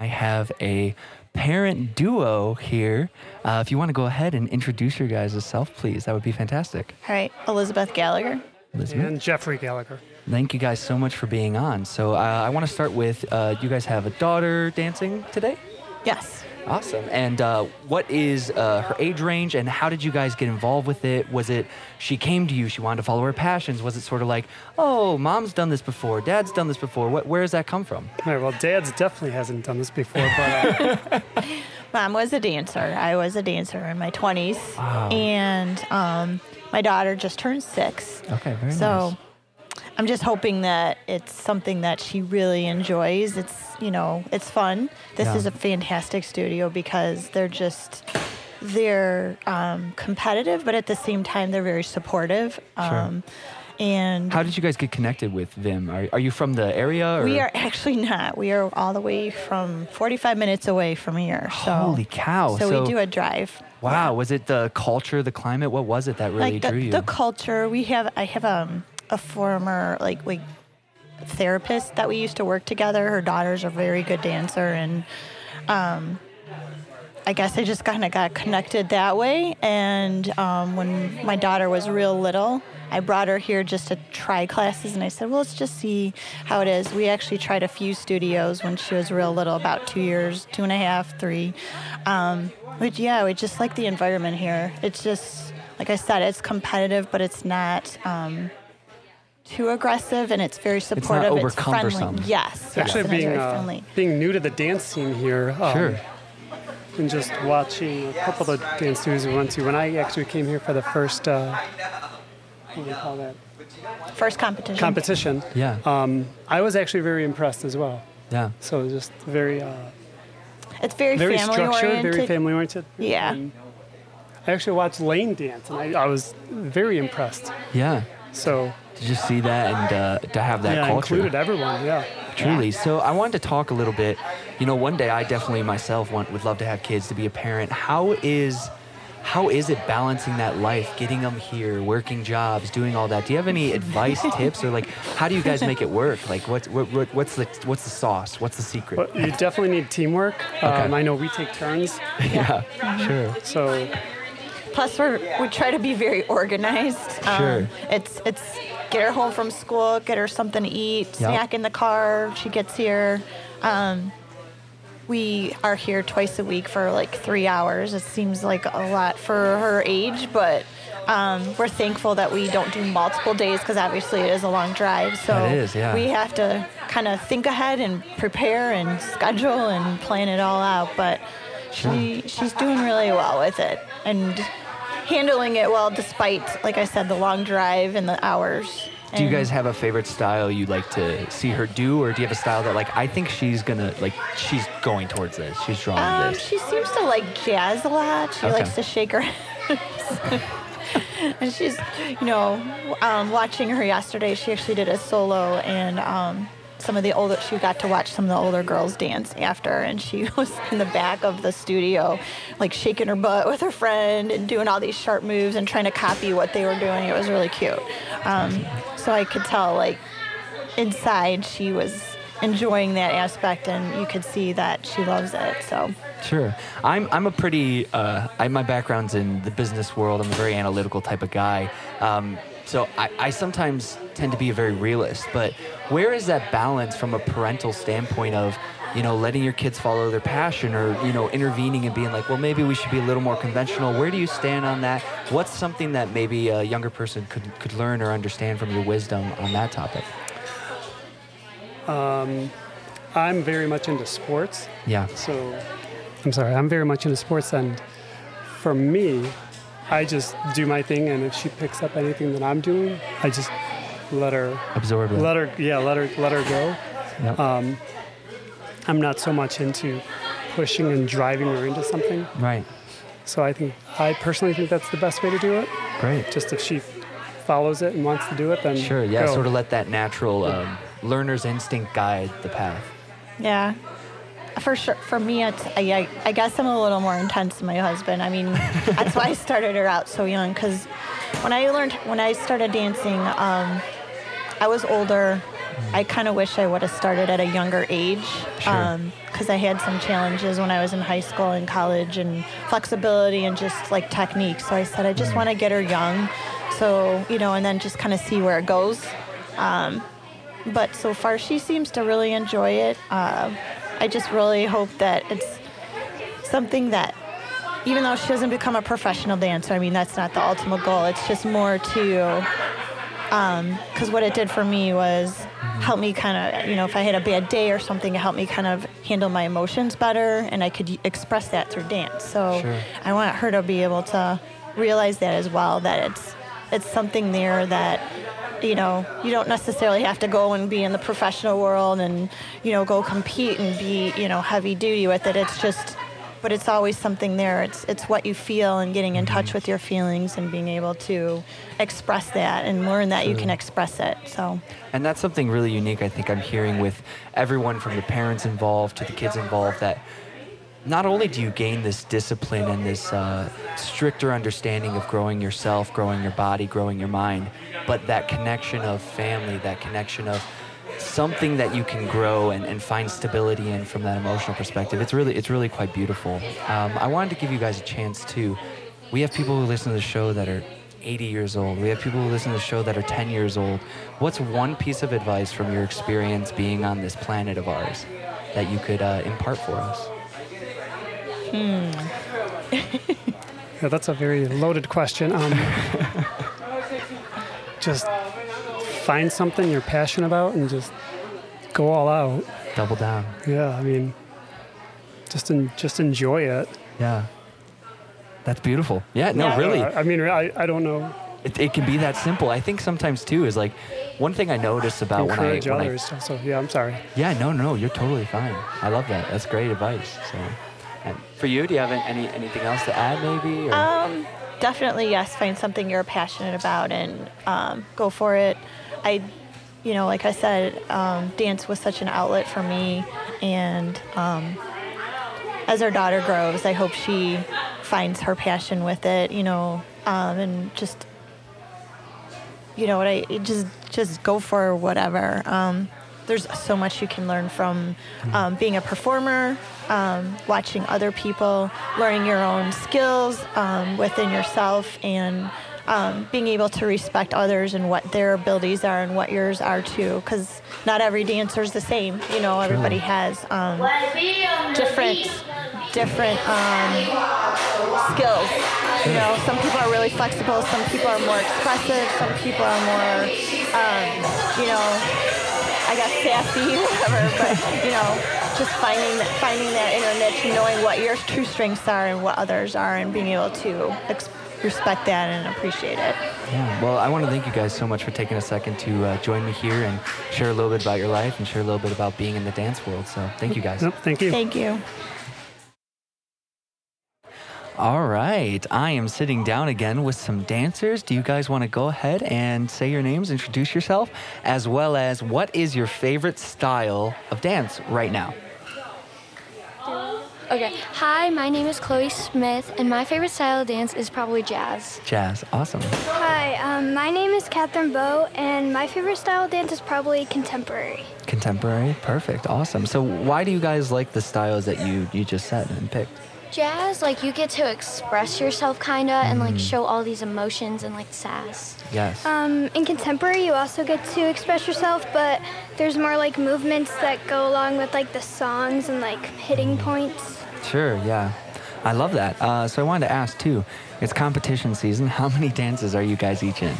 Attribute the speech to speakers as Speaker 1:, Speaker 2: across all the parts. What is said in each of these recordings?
Speaker 1: I have a parent duo here. Uh, if you want to go ahead and introduce your guys' self, please, that would be fantastic.
Speaker 2: All right, Elizabeth Gallagher.
Speaker 1: Elizabeth,
Speaker 3: and Jeffrey Gallagher.
Speaker 1: thank you guys so much for being on. So uh, I want to start with uh, you guys have a daughter dancing today.
Speaker 2: Yes.
Speaker 1: Awesome. And uh, what is uh, her age range and how did you guys get involved with it? Was it she came to you, she wanted to follow her passions? Was it sort of like, oh, mom's done this before, dad's done this before? What, where does that come from?
Speaker 3: All right, well, Dad's definitely hasn't done this before, but uh,
Speaker 2: Mom was a dancer. I was a dancer in my 20s. And um, my daughter just turned six.
Speaker 1: Okay, very
Speaker 2: so
Speaker 1: nice.
Speaker 2: I'm just hoping that it's something that she really enjoys. It's, you know, it's fun. This
Speaker 1: Yeah.
Speaker 2: is a fantastic studio because they're just, they're um, competitive, but at the same time, they're very supportive. Um, And
Speaker 1: How did you guys get connected with Vim? Are, are you from the area? Or?
Speaker 2: we are actually not. We are all the way from 45 minutes away from here. So,
Speaker 1: Holy cow.
Speaker 2: So,
Speaker 1: So-
Speaker 2: we do a drive.
Speaker 1: Wow, was it the culture, the climate? What was it that really
Speaker 2: like the,
Speaker 1: drew you?
Speaker 2: the culture we have i have um, a former like like therapist that we used to work together her daughter's a very good dancer and um, i guess i just kind of got connected that way and um, when my daughter was real little i brought her here just to try classes and i said well let's just see how it is we actually tried a few studios when she was real little about two years two and a half three um, but yeah we just like the environment here it's just like I said, it's competitive, but it's not um, too aggressive, and it's very supportive.
Speaker 1: overcumbersome.
Speaker 2: friendly. Yes, yes,
Speaker 3: actually
Speaker 2: and it's
Speaker 3: being
Speaker 2: very
Speaker 3: uh,
Speaker 2: friendly.
Speaker 3: being new to the dance scene here, um,
Speaker 1: Sure.
Speaker 3: and just watching a couple of the dance studios we went to. When I actually came here for the first uh, what do you call that
Speaker 2: First competition.
Speaker 3: competition,
Speaker 1: yeah.
Speaker 3: um, I was actually very impressed as well.
Speaker 1: yeah.
Speaker 3: So just very uh,
Speaker 2: It's very,
Speaker 3: very
Speaker 2: family
Speaker 3: structured,
Speaker 2: oriented.
Speaker 3: very family oriented.
Speaker 2: Yeah.
Speaker 3: I actually watched Lane dance, and I, I was very impressed.
Speaker 1: Yeah.
Speaker 3: So
Speaker 1: To just see that and uh, to have that
Speaker 3: yeah, I
Speaker 1: culture.
Speaker 3: included everyone. Yeah.
Speaker 1: Truly. So I wanted to talk a little bit. You know, one day I definitely myself want, would love to have kids to be a parent. How is how is it balancing that life, getting them here, working jobs, doing all that? Do you have any advice, tips, or like how do you guys make it work? Like what's what, what, what's the what's the sauce? What's the secret?
Speaker 3: But you definitely need teamwork. Um,
Speaker 1: Okay.
Speaker 3: I know we take turns,
Speaker 1: Yeah, sure.
Speaker 3: so
Speaker 2: Plus, we we try to be very organized. Um,
Speaker 1: Sure.
Speaker 2: It's it's get her home from school, get her something to eat, snack in the car. She gets here. Um, we are here twice a week for like three hours. It seems like a lot for her age, but um, we're thankful that we don't do multiple days because obviously it is a long drive. So
Speaker 1: That is, yeah.
Speaker 2: we have to kind of think ahead and prepare and schedule and plan it all out. But she she's doing really well with it and handling it well despite, like I said, the long drive and the hours.
Speaker 1: Do you
Speaker 2: And-
Speaker 1: guys have a favorite style you like to see her do, or do you have a style that like I think she's gonna like she's going towards this, she's drawing
Speaker 2: Um,
Speaker 1: this.
Speaker 2: she seems to like jazz a lot. She
Speaker 1: Okay.
Speaker 2: likes to shake her. and she's, you know, um, watching her yesterday. She actually did a solo, and um, some of the older she got to watch some of the older girls dance after, and she was in the back of the studio, like shaking her butt with her friend and doing all these sharp moves and trying to copy what they were doing. It was really cute. Um, so I could tell, like, inside she was enjoying that aspect and you could see that she loves it so
Speaker 1: Sure. I'm, I'm a pretty, uh, I, my background's in the business world. I'm a very analytical type of guy. Um, so I, I sometimes tend to be a very realist, but where is that balance from a parental standpoint of, you know, letting your kids follow their passion or, you know, intervening and being like, well, maybe we should be a little more conventional. Where do you stand on that? What's something that maybe a younger person could, could learn or understand from your wisdom on that topic?
Speaker 3: um, I'm very much into sports.
Speaker 1: Yeah.
Speaker 3: So I'm sorry, I'm very much into sports, and for me, I just do my thing, and if she picks up anything that I'm doing, I just let her,
Speaker 1: Absorb it.
Speaker 3: let her, yeah, let her, let her go. Um,
Speaker 1: Yep.
Speaker 3: I'm not so much into pushing and driving her into something.
Speaker 1: right.
Speaker 3: So I think I personally think that's the best way to do it.
Speaker 1: Great.
Speaker 3: Just if she follows it and wants to do it, then
Speaker 1: Sure, yeah,
Speaker 3: go.
Speaker 1: sort of let that natural um, learner's instinct guide the path.
Speaker 2: yeah for sure for me it's I, I, I guess i'm a little more intense than my husband i mean that's why i started her out so young because when i learned when i started dancing um, i was older I kind of wish I would have started at a younger age
Speaker 1: Sure.
Speaker 2: because I had some challenges when I was in high school and college and flexibility and just like technique. So I said, I just want to get her young. So, you know, and then just kind of see where it goes. Um, but so far, she seems to really enjoy it. Uh, I just really hope that it's something that even though she doesn't become a professional dancer, I mean, that's not the ultimate goal. It's just more to, because what it did for me was help me kind of, you know, if I had a bad day or something, it helped me kind of handle my emotions better and I could y- express that through dance. So
Speaker 1: Sure.
Speaker 2: I want her to be able to realize that as well, that it's, it's something there that you know, you don't necessarily have to go and be in the professional world and, you know, go compete and be, you know, heavy duty with it. It's just, but it's always something there. It's, it's what you feel and getting in touch with your feelings and being able to express that and learn that you can express it. So,
Speaker 1: And that's something really unique I think I'm hearing with everyone from the parents involved to the kids involved that not only do you gain this discipline and this uh, stricter understanding of growing yourself, growing your body, growing your mind, but that connection of family, that connection of something that you can grow and, and find stability in from that emotional perspective. It's really, it's really quite beautiful. Um, I wanted to give you guys a chance to we have people who listen to the show that are 80 years old. We have people who listen to the show that are 10 years old. What's one piece of advice from your experience being on this planet of ours that you could uh, impart for us? Hmm.
Speaker 3: Yeah, that's a very loaded question. Um, just find something you're passionate about and just go all out.
Speaker 1: Double down.
Speaker 3: Yeah, I mean, just en- just enjoy it.
Speaker 1: Yeah. That's beautiful. Yeah, no,
Speaker 2: Yeah.
Speaker 1: really.
Speaker 3: Uh, I mean, I, I don't know.
Speaker 1: It, it can be that simple. I think sometimes, too, is like one thing I notice about when I,
Speaker 3: Encourage
Speaker 1: when I
Speaker 3: others. so yeah, I'm sorry.
Speaker 1: Yeah, no, no, you're totally fine. I love that. That's great advice. So, and for you, do you have any anything else to add, maybe? Or?
Speaker 2: Um, definitely yes find something you're passionate about and um, go for it i you know like i said um, dance was such an outlet for me and um, as our daughter grows i hope she finds her passion with it you know um, and just you know what i just just go for whatever um, there's so much you can learn from um, being a performer um, watching other people learning your own skills um, within yourself and um, being able to respect others and what their abilities are and what yours are too because not every dancer is the same you know everybody has um, different different um, skills. You know, some people are really flexible, some people are more expressive, some people are more, um, you know, I guess sassy, whatever. But you know, just finding that, finding that inner niche, and knowing what your true strengths are and what others are, and being able to ex- respect that and appreciate it.
Speaker 1: Yeah. Well, I want to thank you guys so much for taking a second to uh, join me here and share a little bit about your life and share a little bit about being in the dance world. So, thank you guys.
Speaker 3: Nope, thank you.
Speaker 2: Thank you.
Speaker 1: All right. I am sitting down again with some dancers. Do you guys want to go ahead and say your names, introduce yourself, as well as what is your favorite style of dance right now?
Speaker 4: Okay. Hi, my name is Chloe Smith, and my favorite style of dance is probably jazz.
Speaker 1: Jazz. Awesome.
Speaker 5: Hi, um, my name is Catherine Bow, and my favorite style of dance is probably contemporary.
Speaker 1: Contemporary. Perfect. Awesome. So, why do you guys like the styles that you, you just said and picked?
Speaker 4: Jazz, like you get to express yourself kinda and like show all these emotions and like sass.
Speaker 1: Yes.
Speaker 5: Um, in contemporary, you also get to express yourself, but there's more like movements that go along with like the songs and like hitting points.
Speaker 1: Sure, yeah. I love that. Uh, so I wanted to ask too. It's competition season. How many dances are you guys each in?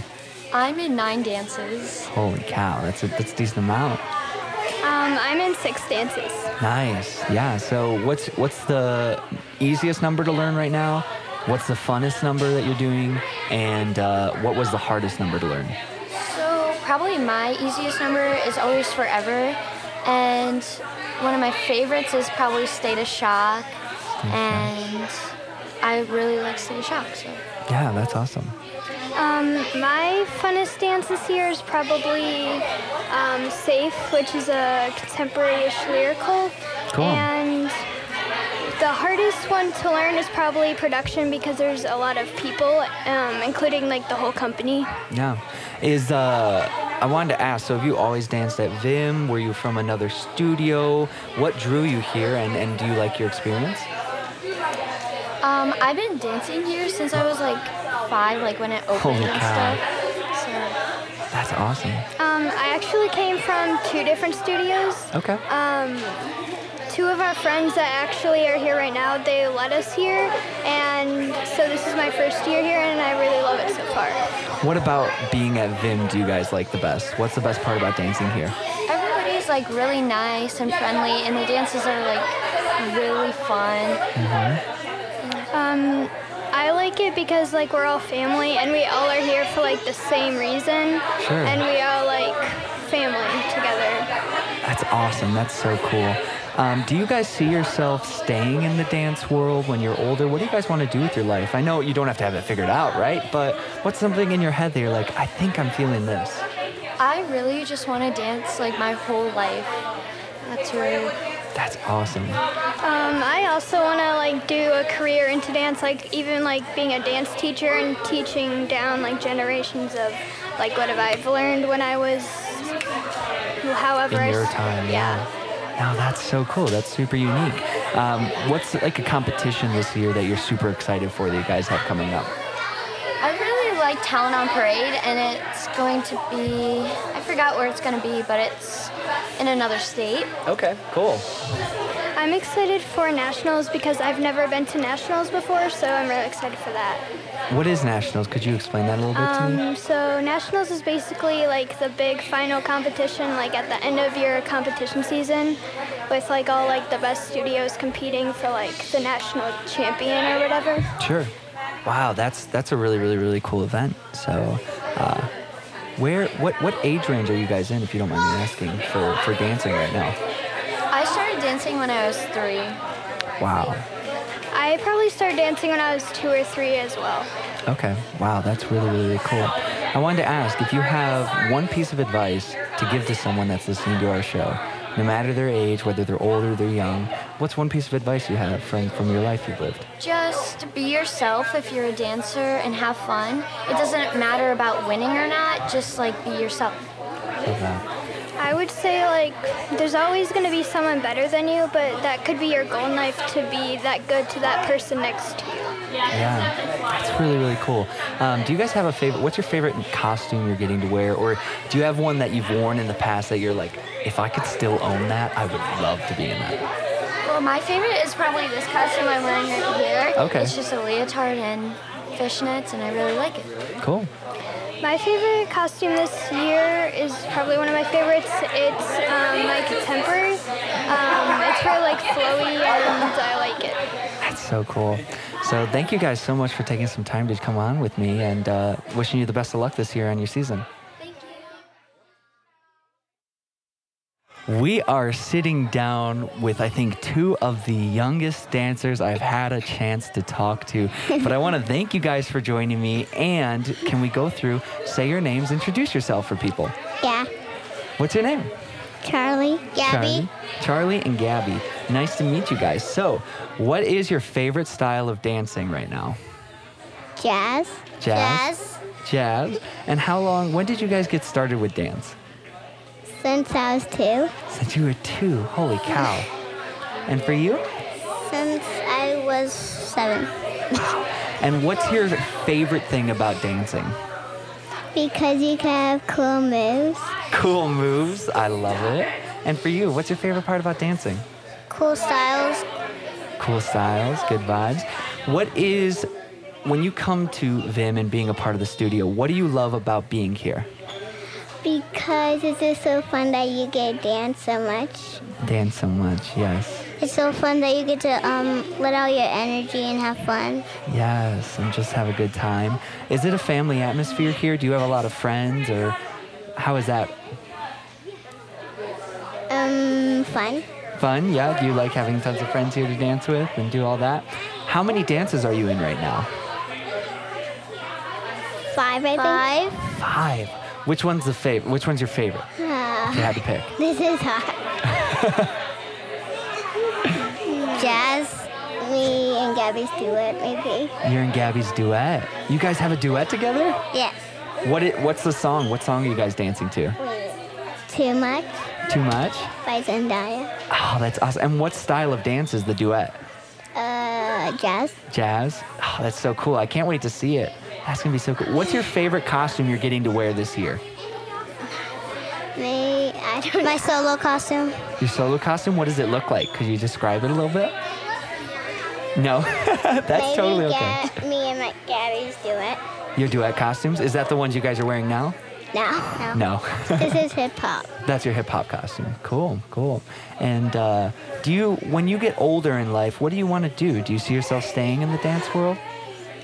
Speaker 4: I'm in nine dances.
Speaker 1: Holy cow, that's a that's a decent amount.
Speaker 5: Um, I'm in six dances.
Speaker 1: Nice. Yeah. So what's what's the easiest number to learn right now? What's the funnest number that you're doing? And uh, what was the hardest number to learn?
Speaker 4: So probably my easiest number is always forever. And one of my favorites is probably State of Shock. And I really like State of Shock, so
Speaker 1: Yeah, that's awesome.
Speaker 5: Um, my funnest dance this year is probably um, Safe, which is a contemporary-ish lyrical.
Speaker 1: Cool.
Speaker 5: And the hardest one to learn is probably production because there's a lot of people, um, including like the whole company.
Speaker 1: Yeah. Is uh I wanted to ask. So, have you always danced at Vim? Were you from another studio? What drew you here, and, and do you like your experience?
Speaker 4: Um, I've been dancing here since I was like five, like when it opened
Speaker 1: Holy
Speaker 4: and
Speaker 1: cow.
Speaker 4: stuff. So
Speaker 1: That's awesome.
Speaker 5: Um, I actually came from two different studios.
Speaker 1: Okay.
Speaker 5: Um, two of our friends that actually are here right now, they let us here, and so this is my first year here, and I really love it so far.
Speaker 1: What about being at Vim do you guys like the best? What's the best part about dancing here?
Speaker 4: everybody's like really nice and friendly, and the dances are like really fun.
Speaker 1: Mm-hmm.
Speaker 5: Um, I like it because like we're all family, and we all are here for like the same reason,
Speaker 1: Sure.
Speaker 5: and we all like family together.
Speaker 1: That's awesome. That's so cool. Um, do you guys see yourself staying in the dance world when you're older? What do you guys want to do with your life? I know you don't have to have it figured out, right? But what's something in your head that you're like, I think I'm feeling this?
Speaker 4: I really just want to dance like my whole life. That's really
Speaker 1: That's awesome.
Speaker 5: Um, I also want to like do a career into dance, like even like being a dance teacher and teaching down like generations of like what have I've learned when I was however I s-
Speaker 1: In your time, yeah. No, that's so cool. That's super unique. Um, what's like a competition this year that you're super excited for that you guys have coming up?
Speaker 4: I really like Talent on Parade, and it's going to be, I forgot where it's going to be, but it's in another state.
Speaker 1: Okay, cool.
Speaker 5: I'm excited for nationals because I've never been to nationals before, so I'm really excited for that.
Speaker 1: What is Nationals? Could you explain that a little bit to me?
Speaker 5: Um, so nationals is basically like the big final competition, like at the end of your competition season, with like all like the best studios competing for like the national champion or whatever.
Speaker 1: Sure. Wow, that's that's a really really really cool event. So, uh, where what what age range are you guys in, if you don't mind me asking, for for dancing right now?
Speaker 4: I started dancing when I was three.
Speaker 1: Wow.
Speaker 5: I probably started dancing when I was two or three as well.
Speaker 1: Okay. Wow, that's really really really cool. I wanted to ask if you have one piece of advice to give to someone that's listening to our show, no matter their age, whether they're old or they're young. What's one piece of advice you have from from your life you've lived?
Speaker 4: Just be yourself if you're a dancer and have fun. It doesn't matter about winning or not, just like be yourself.
Speaker 1: Love that.
Speaker 5: I would say like there's always going to be someone better than you, but that could be your goal in life to be that good to that person next to you.
Speaker 1: Yeah, that's really really cool. Um, do you guys have a favorite? What's your favorite costume you're getting to wear, or do you have one that you've worn in the past that you're like, if I could still own that, I would love to be in that.
Speaker 4: Well, my favorite is probably this costume I'm wearing right here.
Speaker 1: Okay.
Speaker 4: It's just a leotard and fishnets, and I really like it.
Speaker 1: Cool.
Speaker 5: My favorite costume this year is probably one of my favorites. It's um, my contemporary. Um, it's very like flowy and I like it.
Speaker 1: That's so cool. So thank you guys so much for taking some time to come on with me, and uh, wishing you the best of luck this year on your season.
Speaker 4: Thank you.
Speaker 1: We are sitting down with, I think, two of the youngest dancers I've had a chance to talk to. But I want to thank you guys for joining me. And can we go through, say your names, introduce yourself for people?
Speaker 6: Yeah.
Speaker 1: What's your name?
Speaker 6: Charlie. Gabby.
Speaker 1: Charlie. Charlie and Gabby. Nice to meet you guys. So, what is your favorite style of dancing right now?
Speaker 6: Jazz.
Speaker 1: Jazz? Jazz. And how long, when did you guys get started with dance?
Speaker 6: Since I was two.
Speaker 1: Since you were two. Holy cow. And for you?
Speaker 6: Since I was seven.
Speaker 1: And what's your favorite thing about dancing?
Speaker 6: Because you can have cool moves,
Speaker 1: Cool moves. I love it. And for you, what's your favorite part about dancing?
Speaker 6: cool styles.
Speaker 1: Cool styles, good vibes. What is, when you come to Vim and being a part of the studio, what do you love about being here?
Speaker 6: Because it's just so fun that you get to dance so much.
Speaker 1: Dance so much, yes.
Speaker 6: It's so fun that you get to um, let out your energy and have fun.
Speaker 1: Yes, and just have a good time. Is it a family atmosphere here? Do you have a lot of friends or how is that?
Speaker 6: Um, fun.
Speaker 1: Fun, yeah? Do you like having tons of friends here to dance with and do all that? How many dances are you in right now?
Speaker 6: Five, I Five.
Speaker 1: Five. Which one's the favorite? Which one's your favorite? If you had to pick.
Speaker 6: This is hot. Jazz, me, and Gabby Stewart, maybe.
Speaker 1: You're in Gabby's duet. You guys have a duet together?
Speaker 6: Yes.
Speaker 1: What it, what's the song? What song are you guys dancing to?
Speaker 6: Wait. Too much
Speaker 1: Too much?
Speaker 6: by Zendaya.
Speaker 1: Oh, that's awesome. And what style of dance is the duet?
Speaker 6: Uh, jazz.
Speaker 1: Jazz? Oh, that's so cool. I can't wait to see it. That's gonna be so cool. What's your favorite costume you're getting to wear this year?
Speaker 6: Me, I don't My solo costume.
Speaker 1: Your solo costume, what does it look like? Could you describe it a little bit? No, that's
Speaker 6: Maybe
Speaker 1: totally okay.
Speaker 6: Ga- me and my Gabby's do it.
Speaker 1: Your duet costumes, is that the ones you guys are wearing now?
Speaker 6: No.
Speaker 1: No,
Speaker 6: this is hip hop.
Speaker 1: that's your hip hop costume. Cool, cool. And uh, do you, when you get older in life, what do you want to do? Do you see yourself staying in the dance world?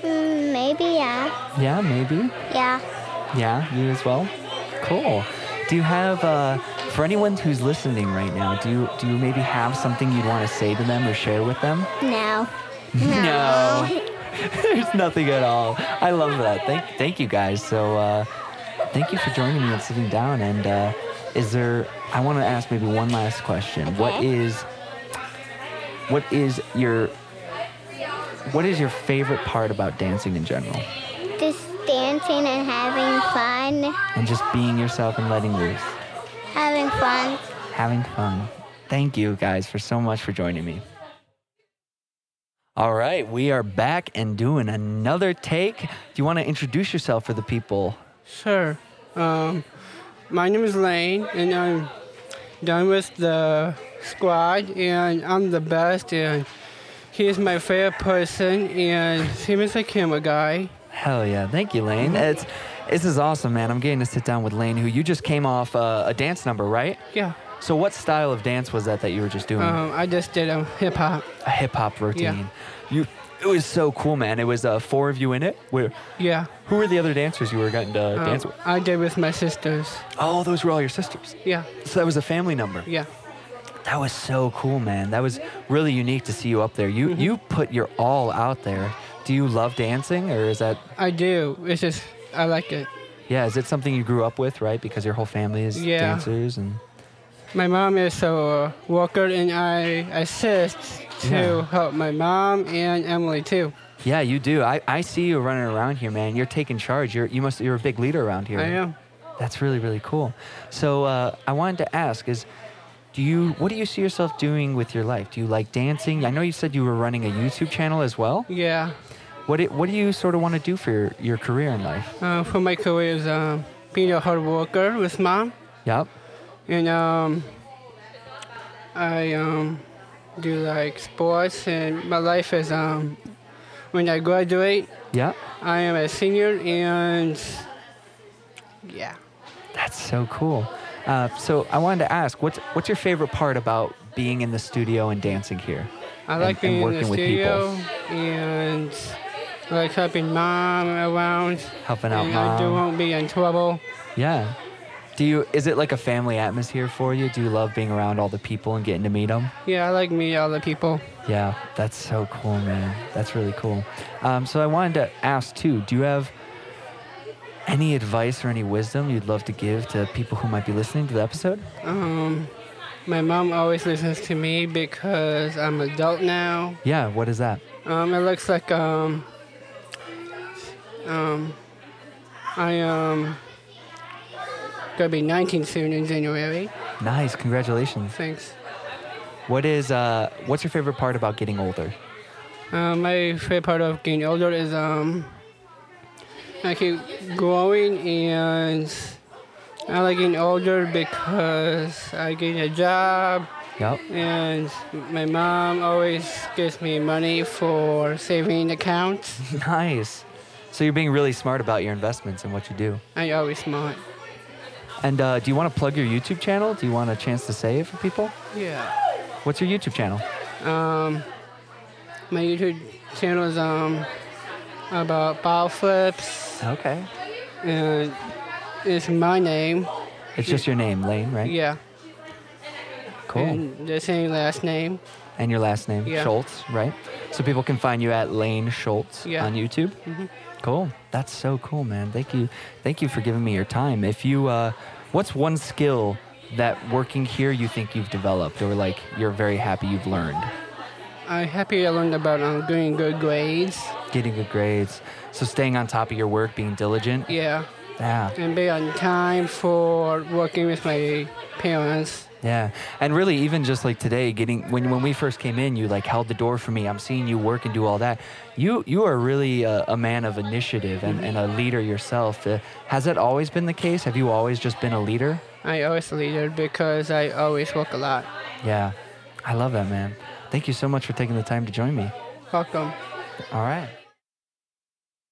Speaker 6: Mm, maybe, yeah.
Speaker 1: Yeah, maybe.
Speaker 6: Yeah.
Speaker 1: Yeah, you as well. Cool. Do you have uh, for anyone who's listening right now? Do you do you maybe have something you'd want to say to them or share with them?
Speaker 6: No.
Speaker 1: No. There's nothing at all. I love that. Thank thank you guys. So uh, thank you for joining me and sitting down. And uh, is there? I want to ask maybe one last question. What
Speaker 6: Okay.
Speaker 1: is what is your what is your favorite part about dancing in general?
Speaker 6: Just dancing and having fun.
Speaker 1: And just being yourself and letting loose.
Speaker 6: Having fun.
Speaker 1: having fun. Thank you guys for so much for joining me. All right, we are back and doing another take. Do you want to introduce yourself for the people?
Speaker 7: Sure. Um, my name is Lane, and I'm done with the squad, and I'm the best, and he is my favorite person, and him is a camera guy.
Speaker 1: Hell yeah, thank you, Lane. It's this is awesome, man. I'm getting to sit down with Lane, who you just came off uh, a dance number, right?
Speaker 7: Yeah.
Speaker 1: So, what style of dance was that that you were just doing?
Speaker 7: Um, I just did um, hip hop.
Speaker 1: a hip hop routine. You, it was so cool, man. It was uh, four of you in it. Where,
Speaker 7: Yeah.
Speaker 1: who were the other dancers you were getting to
Speaker 7: Um,
Speaker 1: dance with?
Speaker 7: I did with my sisters.
Speaker 1: Oh, those were all your sisters.
Speaker 7: Yeah.
Speaker 1: So that was a family number.
Speaker 7: Yeah.
Speaker 1: That was so cool, man. That was really unique to see you up there. You
Speaker 7: Mm-hmm.
Speaker 1: you put your all out there. Do you love dancing or is that
Speaker 7: I do. It's just I like it.
Speaker 1: yeah, is it something you grew up with, right? Because your whole family is
Speaker 7: Yeah.
Speaker 1: dancers and
Speaker 7: My mom is a worker, and I assist to
Speaker 1: Yeah.
Speaker 7: help my mom and Emily too.
Speaker 1: Yeah, you do. I, I see you running around here, man. You're taking charge. You're you must you're a big leader around here.
Speaker 7: I am.
Speaker 1: That's really really cool. So uh, I wanted to ask is do you what do you see yourself doing with your life? Do you like dancing? I know you said you were running a YouTube channel as well.
Speaker 7: Yeah.
Speaker 1: What do, what do you sort of want to do for your, your career in life?
Speaker 7: Uh, for my career is um, being a hard worker with mom,
Speaker 1: Yep.
Speaker 7: and um, I um, do like sports, and my life is um, when I graduate,
Speaker 1: Yep.
Speaker 7: I am a senior, and yeah,
Speaker 1: That's so cool. Uh, so I wanted to ask, what's what's your favorite part about being in the studio and dancing here?
Speaker 7: I
Speaker 1: And-
Speaker 7: like
Speaker 1: and
Speaker 7: being in
Speaker 1: working
Speaker 7: the
Speaker 1: with people.
Speaker 7: studio, and I like helping mom around.
Speaker 1: Helping out
Speaker 7: and I do
Speaker 1: mom.
Speaker 7: won't be in trouble.
Speaker 1: Yeah. Do you? Is it like a family atmosphere for you? Do you love being around all the people and getting to meet them?
Speaker 7: Yeah, I like meeting other people.
Speaker 1: Yeah, that's so cool, man. That's really cool. Um, so I wanted to ask too. Do you have any advice or any wisdom you'd love to give to people who might be listening to the episode?
Speaker 7: Um, my mom always listens to me because I'm adult now.
Speaker 1: Yeah. What is that?
Speaker 7: Um, it looks like um, um, I um gonna be 19 soon in January.
Speaker 1: Nice. Congratulations.
Speaker 7: Thanks.
Speaker 1: What is uh? What's your favorite part about getting older?
Speaker 7: Um, my favorite part of getting older is um, I keep growing and I like getting older because I get a job
Speaker 1: Yep.
Speaker 7: and my mom always gives me money for saving accounts.
Speaker 1: Nice. So you're being really smart about your investments and what you do.
Speaker 7: I always smart.
Speaker 1: And uh, do you want to plug your YouTube channel? Do you want a chance to say it for people?
Speaker 7: Yeah.
Speaker 1: What's your YouTube channel?
Speaker 7: Um, my YouTube channel is um about ball flips,
Speaker 1: Okay.
Speaker 7: and it's my name.
Speaker 1: It's just your name, Lane, right?
Speaker 7: Yeah,
Speaker 1: Cool. And,
Speaker 7: and the same last name.
Speaker 1: your last name,
Speaker 7: Yeah.
Speaker 1: Schultz, right? So people can find you at Lane Schultz
Speaker 7: Yeah. Mm-hmm.
Speaker 1: on YouTube. Cool. That's so cool, man. Thank you. Thank you for giving me your time. If you, uh, what's one skill that working here you think you've developed or like you're very happy you've learned?
Speaker 7: I'm happy I learned about um, doing good grades.
Speaker 1: Getting good grades. So staying on top of your work, being diligent.
Speaker 7: Yeah,
Speaker 1: Yeah.
Speaker 7: and be on time for working with my parents.
Speaker 1: Yeah, and really, even just like today, getting when when we first came in, you like held the door for me. I'm seeing you work and do all that. You you are really a, a man of initiative and, and a leader yourself. Uh, has that always been the case? Have you always just been a leader?
Speaker 7: I always leader because I always work a lot.
Speaker 1: Yeah, I love that man. Thank you so much for taking the time to join me.
Speaker 7: Welcome.
Speaker 1: All right.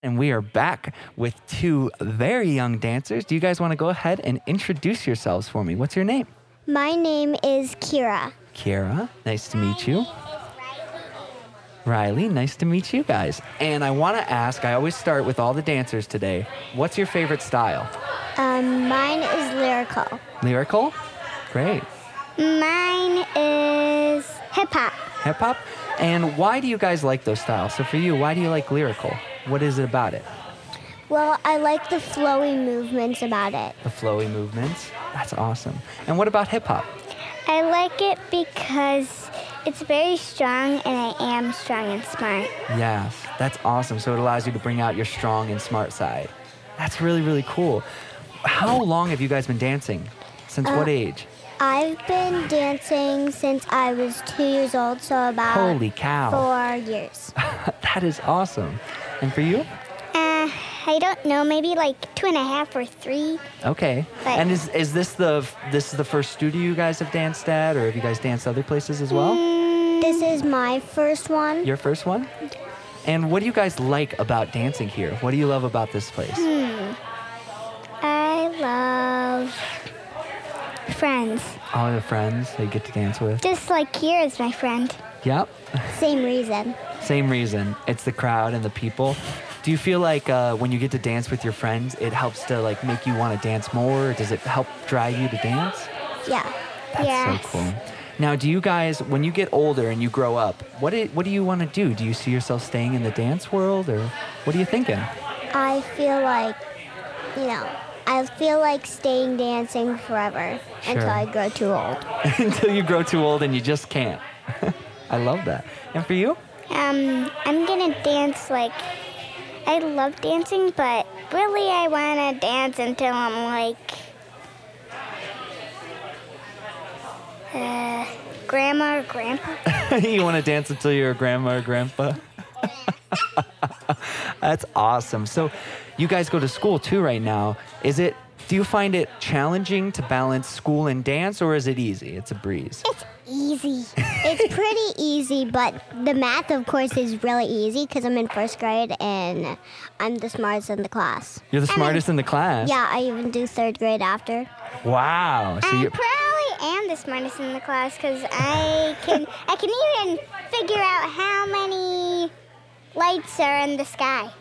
Speaker 1: And we are back with two very young dancers. Do you guys want to go ahead and introduce yourselves for me? What's your name?
Speaker 6: My name is Kira.
Speaker 1: Kara, nice to meet you. Riley, nice to meet you guys. And I want to ask I always start with all the dancers today what's your favorite style?
Speaker 6: Um, mine is lyrical.
Speaker 1: Lyrical? Great.
Speaker 6: Mine is hip hop.
Speaker 1: Hip hop? And why do you guys like those styles? So, for you, why do you like lyrical? What is it about it?
Speaker 6: Well, I like the flowy movements about it.
Speaker 1: The flowy movements? That's awesome. And what about hip hop?
Speaker 6: I like it because it's very strong and I am strong and smart.
Speaker 1: Yes, that's awesome. So, it allows you to bring out your strong and smart side. That's really, really cool. How long have you guys been dancing? Since what age?
Speaker 6: I've been dancing since I was two years old, so about
Speaker 1: Holy cow.
Speaker 6: four years.
Speaker 1: That is awesome. And for you?
Speaker 6: Uh, I don't know, maybe like two and a half or three.
Speaker 1: Okay.
Speaker 6: Right.
Speaker 1: And is is this the this is the first studio you guys have danced at, or have you guys danced other places as well?
Speaker 6: This is my first one.
Speaker 1: Your first one? And what do you guys like about dancing here? What do you love about this place?
Speaker 6: Hmm. I love friends.
Speaker 1: All your friends that you get to dance with?
Speaker 6: Just like Kira is my friend.
Speaker 1: Yep.
Speaker 6: Same reason.
Speaker 1: Same reason. It's the crowd and the people. Do you feel like uh, when you get to dance with your friends, it helps to like make you want to dance more? Or does it help drive you to dance?
Speaker 6: Yeah.
Speaker 1: That's
Speaker 6: yes.
Speaker 1: so cool. Now, do you guys, when you get older and you grow up, what do, what do you want to do? Do you see yourself staying in the dance world or what are you thinking?
Speaker 6: I feel like, you know, I feel like staying dancing forever
Speaker 1: Sure.
Speaker 6: until I grow too old.
Speaker 1: Until you grow too old and you just can't. I love that. And for you?
Speaker 5: Um, I'm gonna dance like I love dancing, but really I wanna dance until I'm like uh, grandma or grandpa.
Speaker 1: you want to dance until you're a grandma or grandpa? That's awesome. So, you guys go to school too right now. Is it, do you find it challenging to balance school and dance or is it easy? It's a breeze.
Speaker 6: Easy. it's pretty easy, but the math, of course, is really easy because I'm in first grade and I'm the smartest in the class.
Speaker 1: You're the smartest in the class.
Speaker 6: Yeah, I even do third grade after.
Speaker 1: Wow. So,
Speaker 5: I
Speaker 1: you're,
Speaker 5: probably am the smartest in the class because I can I can even figure out how many lights are in the sky.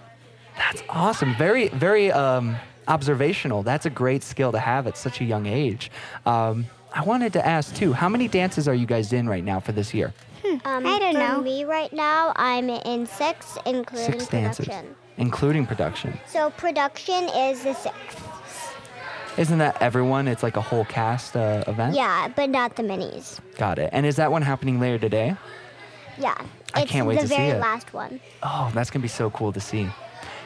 Speaker 1: That's awesome. Very, very um, observational. That's a great skill to have at such a young age. Um, I wanted to ask too, how many dances are you guys in right now for this year?
Speaker 6: Um,
Speaker 5: I don't
Speaker 6: for
Speaker 5: know.
Speaker 6: me right now, I'm in six, including
Speaker 1: Six dances,
Speaker 6: production.
Speaker 1: including production.
Speaker 6: So production is the sixth.
Speaker 1: Isn't that everyone? It's like a whole cast uh, event.
Speaker 6: Yeah, but not the minis.
Speaker 1: Got it. And is that one happening later today?
Speaker 6: Yeah.
Speaker 1: I
Speaker 6: it's
Speaker 1: can't wait
Speaker 6: the
Speaker 1: to see
Speaker 6: very
Speaker 1: it.
Speaker 6: last one.
Speaker 1: Oh, that's gonna be so cool to see.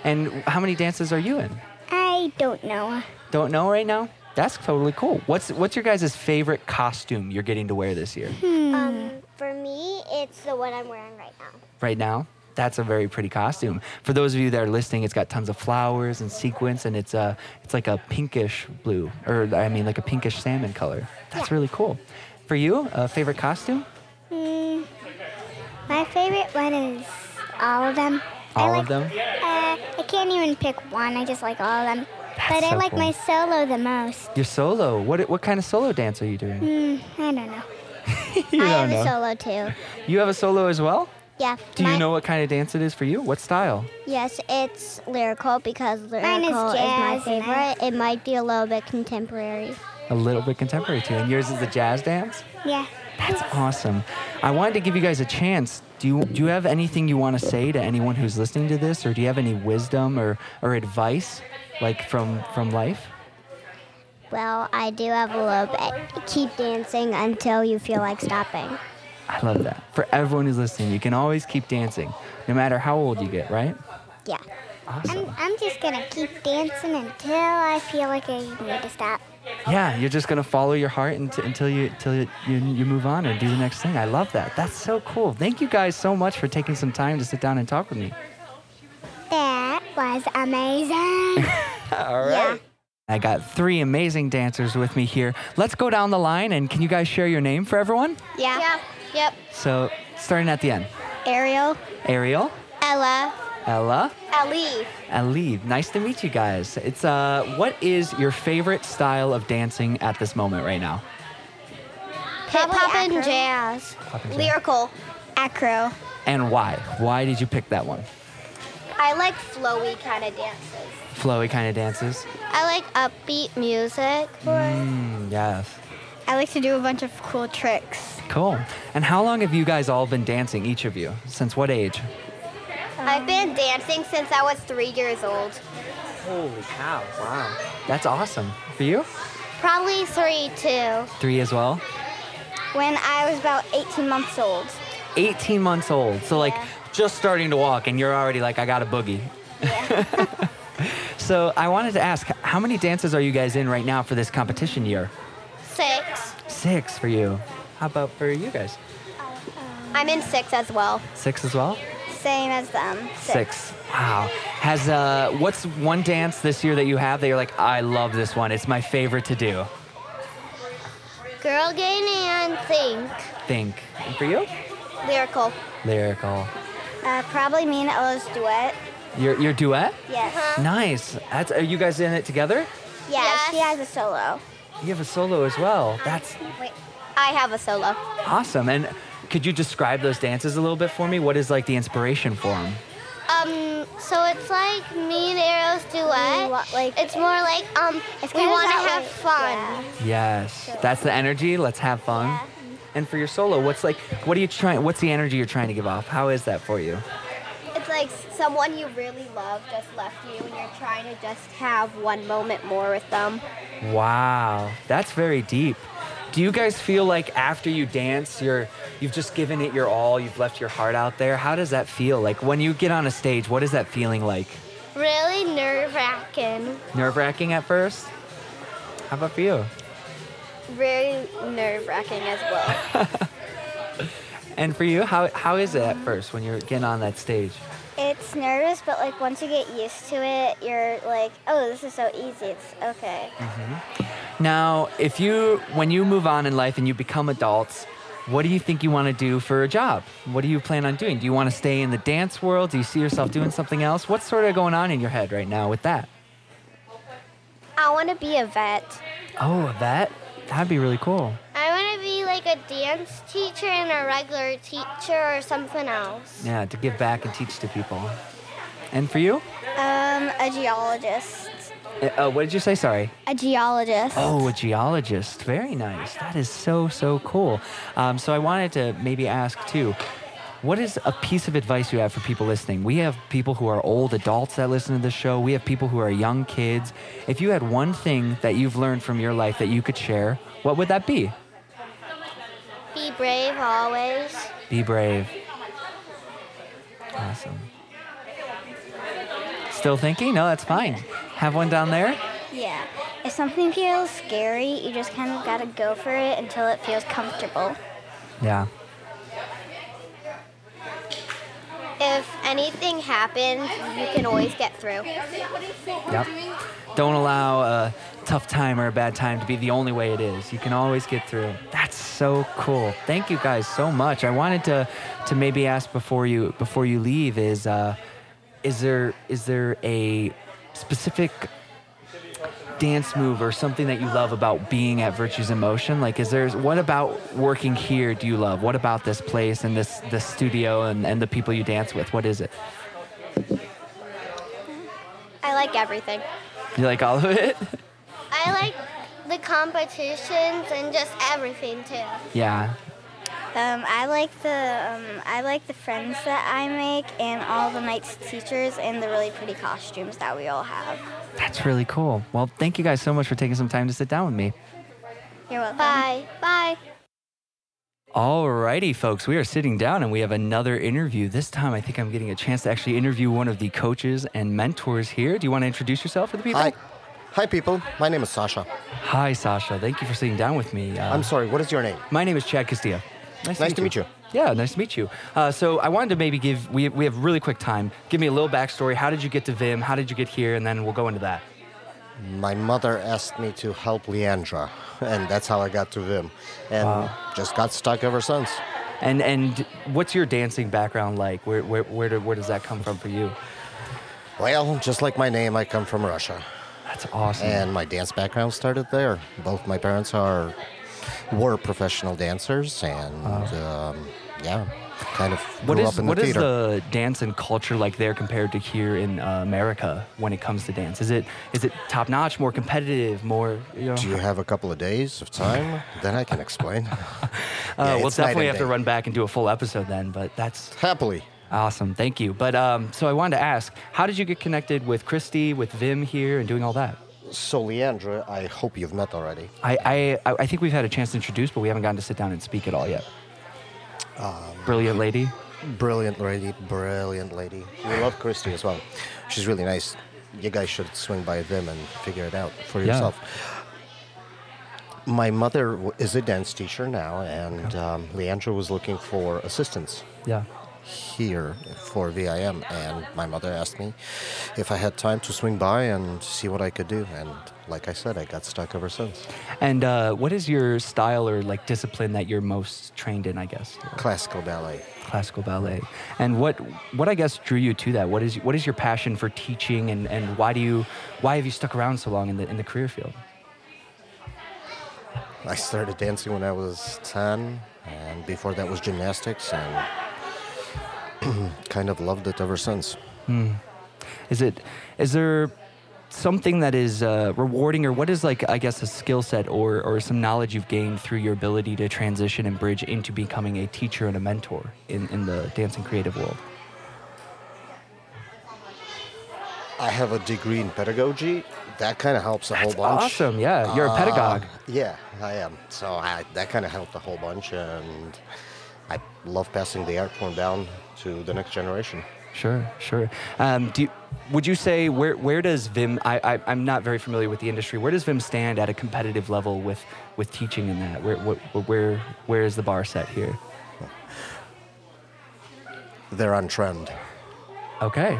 Speaker 1: And how many dances are you in?
Speaker 5: I don't know.
Speaker 1: Don't know right now. That's totally cool. What's what's your guys' favorite costume you're getting to wear this year?
Speaker 6: Um, for me, it's the one I'm wearing right now.
Speaker 1: right now. That's a very pretty costume. For those of you that are listening, it's got tons of flowers and sequins, and it's a it's like a pinkish blue, or I mean, like a pinkish salmon color. That's really cool. For you, a favorite costume?
Speaker 5: Hmm, My favorite one is all of them.
Speaker 1: All
Speaker 5: I like,
Speaker 1: of them?
Speaker 5: Uh, I can't even pick one. I just like all of them. but I
Speaker 1: so
Speaker 5: like
Speaker 1: cool.
Speaker 5: my solo the most.
Speaker 1: Your solo. What what kind of solo dance are you doing?
Speaker 8: Hmm,
Speaker 5: I don't know.
Speaker 1: You
Speaker 6: I have
Speaker 1: don't know.
Speaker 6: a solo too.
Speaker 1: You have a solo as well.
Speaker 6: Yeah.
Speaker 1: Do you
Speaker 6: mine-
Speaker 1: know what kind of dance it is for you? What style?
Speaker 6: Yes, it's lyrical because
Speaker 5: Mine is
Speaker 6: lyrical is, my
Speaker 5: jazz and I-
Speaker 6: favorite. It might be a little bit contemporary.
Speaker 1: A little bit contemporary too. And yours is the jazz dance.
Speaker 5: Yeah.
Speaker 1: That's awesome. I wanted to give you guys a chance. Do you do you have anything you want to say to anyone who's listening to this, or do you have any wisdom or or advice, like from from life?
Speaker 6: Well, I do have a little bit. Keep dancing until you feel like stopping.
Speaker 1: I love that. For everyone who's listening, you can always keep dancing, no matter how old you get, right?
Speaker 6: Yeah.
Speaker 1: Awesome.
Speaker 8: I'm, I'm just gonna keep dancing until I feel like I need to stop.
Speaker 1: Yeah, you're just gonna follow your heart unt- until you until you, you you move on and do the next thing. I love that. That's so cool. Thank you guys so much for taking some time to sit down and talk with me.
Speaker 8: That was amazing.
Speaker 1: All
Speaker 8: Yeah.
Speaker 1: I got three amazing dancers with me here. Let's go down the line and can you guys share your name for everyone?
Speaker 8: Yeah.
Speaker 9: Yep.
Speaker 1: So starting at the end,
Speaker 8: Ariel,
Speaker 1: Ariel,
Speaker 8: Ella,
Speaker 1: Ella,
Speaker 9: Ali.
Speaker 1: Alib. Nice to meet you guys. It's uh, what is your favorite style of dancing at this moment right now?
Speaker 8: hip hop and jazz,
Speaker 9: Lyrical.
Speaker 8: acro.
Speaker 1: And why? Why did you pick that one?
Speaker 9: I like flowy kind of dances.
Speaker 1: Flowy kind of dances.
Speaker 8: I like upbeat music.
Speaker 1: Mm, yes.
Speaker 8: I like to do a bunch of cool tricks.
Speaker 1: Cool. And how long have you guys all been dancing, each of you? Since what age?
Speaker 9: I've been dancing since I was three years old.
Speaker 1: Holy cow, wow. That's awesome. For you?
Speaker 9: Probably three, too.
Speaker 1: Three as well?
Speaker 9: When I was about 18 months old.
Speaker 1: 18 months old. So, like, just starting to walk, and you're already like, I got a boogie. so, I wanted to ask, how many dances are you guys in right now for this competition year?
Speaker 9: Six.
Speaker 1: Six for you. How about for you guys?
Speaker 9: I'm in six as well.
Speaker 1: Six as well?
Speaker 9: Same as them.
Speaker 1: Six. Wow. Has uh, what's one dance this year that you have that you're like, I love this one. It's my favorite to do.
Speaker 9: Girl gain and think.
Speaker 1: Think. And for you?
Speaker 9: Lyrical.
Speaker 1: Lyrical.
Speaker 9: Uh, probably me and Ella's duet.
Speaker 1: Your your duet?
Speaker 9: Yes.
Speaker 1: Nice. That's, are you guys in it together?
Speaker 9: Yeah, she has a solo.
Speaker 1: You have a solo as well. That's
Speaker 9: Wait, I have a solo.
Speaker 1: awesome. And could you describe those dances a little bit for me? What is like the inspiration for them?
Speaker 9: Um, so it's like me and Arrow's duet. like, it's more like um, we
Speaker 8: kinda
Speaker 9: want to
Speaker 8: that,
Speaker 9: have
Speaker 8: like,
Speaker 9: fun.
Speaker 1: Yes. That's the energy. Let's have fun. And for your solo, what's like what are you trying what's the energy you're trying to give off? How is that for you?
Speaker 9: It's like someone you really love just left you, and you're trying to just have one moment more with them.
Speaker 1: Wow. That's very deep. Do you guys feel like after you dance, you're you've just given it your all, you've left your heart out there? How does that feel? Like when you get on a stage, what is that feeling like?
Speaker 9: Really nerve wracking.
Speaker 1: Nerve wracking at first? How about for you?
Speaker 9: Really nerve wracking as well.
Speaker 1: And for you, how, how is it at first when you're getting on that stage?
Speaker 9: It's nervous, but like once you get used to it, you're like, oh, this is so easy. It's okay.
Speaker 1: Now, if you, when you move on in life and you become adults, what do you think you want to do for a job? What do you plan on doing? Do you want to stay in the dance world? Do you see yourself doing something else? What's sort of going on in your head right now with that?
Speaker 9: I want to be a vet.
Speaker 1: Oh, that? That'd be really cool.
Speaker 9: I want to be like a dance teacher and a regular teacher or something else.
Speaker 1: Yeah, to give back and teach to people. And for you?
Speaker 9: Um, a geologist.
Speaker 1: Uh, uh, what did you say? Sorry.
Speaker 9: A geologist.
Speaker 1: Oh, a geologist. Very nice. That is so, so cool. Um, so I wanted to maybe ask too. What is a piece of advice you have for people listening? We have people who are old adults that listen to this show. We have people who are young kids. If you had one thing that you've learned from your life that you could share, what would that be?
Speaker 9: Be brave always.
Speaker 1: Be brave. Awesome. Still thinking? No, that's fine. Have one down there?
Speaker 9: Yeah. If something feels scary, you just kind of gotta go for it until it feels comfortable.
Speaker 1: Yeah.
Speaker 9: If anything happens, you can always get through.
Speaker 1: Yep. Don't allow a tough time or a bad time to be the only way it is. You can always get through. That's so cool. Thank you guys so much. I wanted to to maybe ask before you before you leave is uh, is there is there a specific dance move or something that you love about being at Virtues in Motion? Like, is there what about working here? Do you love? What about this place and this this studio and and the people you dance with? What is it?
Speaker 9: I like everything.
Speaker 1: You like all of it?
Speaker 9: I like the competitions and just everything too.
Speaker 1: yeah.
Speaker 9: Um, I like the um, I like the friends that I make and all the night's teachers and the really pretty costumes that we all have.
Speaker 1: That's really cool. Well, thank you guys so much for taking some time to sit down with me.
Speaker 9: You're welcome. Bye. Bye.
Speaker 1: Alrighty, folks, we are sitting down and we have another interview. This time, I think I'm getting a chance to actually interview one of the coaches and mentors here. Do you want to introduce yourself to the people?
Speaker 10: Hi. Hi, people. My name is Sasha.
Speaker 1: Hi, Sasha. Thank you for sitting down with me. Uh,
Speaker 10: I'm sorry, what is your name?
Speaker 1: My name is Chad Castillo.
Speaker 10: Nice to meet you.
Speaker 1: Yeah, nice to meet you. Uh, so I wanted to maybe give we we have really quick time. Give me a little backstory. How did you get to Vim? How did you get here? And then we'll go into that.
Speaker 10: My mother asked me to help Leandra, and that's how I got to Vim. And just got stuck ever since.
Speaker 1: And and what's your dancing background like? Where where where, do, where does that come from for you?
Speaker 10: Well, just like my name, I come from Russia.
Speaker 1: That's awesome.
Speaker 10: And my dance background started there. Both my parents are were professional dancers, and um, yeah, kind of
Speaker 1: Uh-huh. what
Speaker 10: grew
Speaker 1: is
Speaker 10: up in
Speaker 1: what
Speaker 10: the
Speaker 1: is
Speaker 10: theater.
Speaker 1: the dance and culture like there compared to here in uh, America when it comes to dance? Is it is it top notch, more competitive, more? You know?
Speaker 10: Do you have a couple of days of time? then I can explain.
Speaker 1: Uh,
Speaker 10: Yeah,
Speaker 1: we'll
Speaker 10: it's night
Speaker 1: definitely
Speaker 10: and
Speaker 1: have to
Speaker 10: day.
Speaker 1: run back and do a full episode then. But that's
Speaker 10: Happily.
Speaker 1: awesome. Thank you. But um, so I wanted to ask, how did you get connected with Christy, with Vim here, and doing all that?
Speaker 10: So, Leandra, I hope you've met already.
Speaker 1: I, I, I think we've had a chance to introduce, but we haven't gotten to sit down and speak at all yet. Uh, Brilliant lady.
Speaker 10: Brilliant lady, brilliant lady. We love Christy as well. She's really nice. You guys should swing by them and figure it out for
Speaker 1: Yeah.
Speaker 10: yourself. My mother w- is a dance teacher now, and um, Leandra was looking for assistance
Speaker 1: Yeah.
Speaker 10: here for VIM, and my mother asked me if I had time to swing by and see what I could do. And like I said, I got stuck ever since.
Speaker 1: And uh, what is your style or like discipline that you're most trained in? I guess
Speaker 10: Classical ballet.
Speaker 1: classical ballet. And what what I guess drew you to that? What is what is your passion for teaching? And, and why do you why have you stuck around so long in the in the career field?
Speaker 10: I started dancing when I was 10, and before that was gymnastics, and kind of loved it ever since.
Speaker 1: Hmm, Is it is there something that is uh, rewarding, or what is like I guess a skill set or or some knowledge you've gained through your ability to transition and bridge into becoming a teacher and a mentor in in the dance and creative world?
Speaker 10: I have a degree in pedagogy. That kind of helps a whole bunch.
Speaker 1: Awesome, yeah,
Speaker 11: Uh,
Speaker 1: you're a pedagogue.
Speaker 10: Yeah, I am. So I, that kind of helped a whole bunch, and I love passing the art form down to the next generation.
Speaker 1: Sure, sure. Um, do you, would you say where where does Vim? I, I I'm not very familiar with the industry. Where does Vim stand at a competitive level with with teaching in that? Where where where, where is the bar set here?
Speaker 10: They're on trend.
Speaker 1: Okay.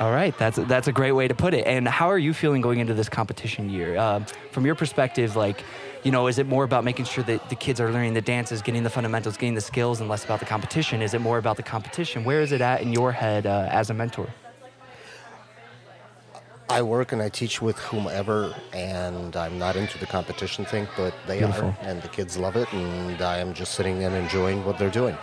Speaker 1: All right, that's that's a great way to put it. And how are you feeling going into this competition year? Um, from your perspective, like, you know, is it more about making sure that the kids are learning the dances, getting the fundamentals, getting the skills, and less about the competition? Is it more about the competition? Where is it at in your head uh, as a mentor?
Speaker 10: I work and I teach with whomever, and I'm not into the competition thing, but they
Speaker 1: Beautiful.
Speaker 10: are, and the kids love it, and I am just sitting and enjoying what they're doing.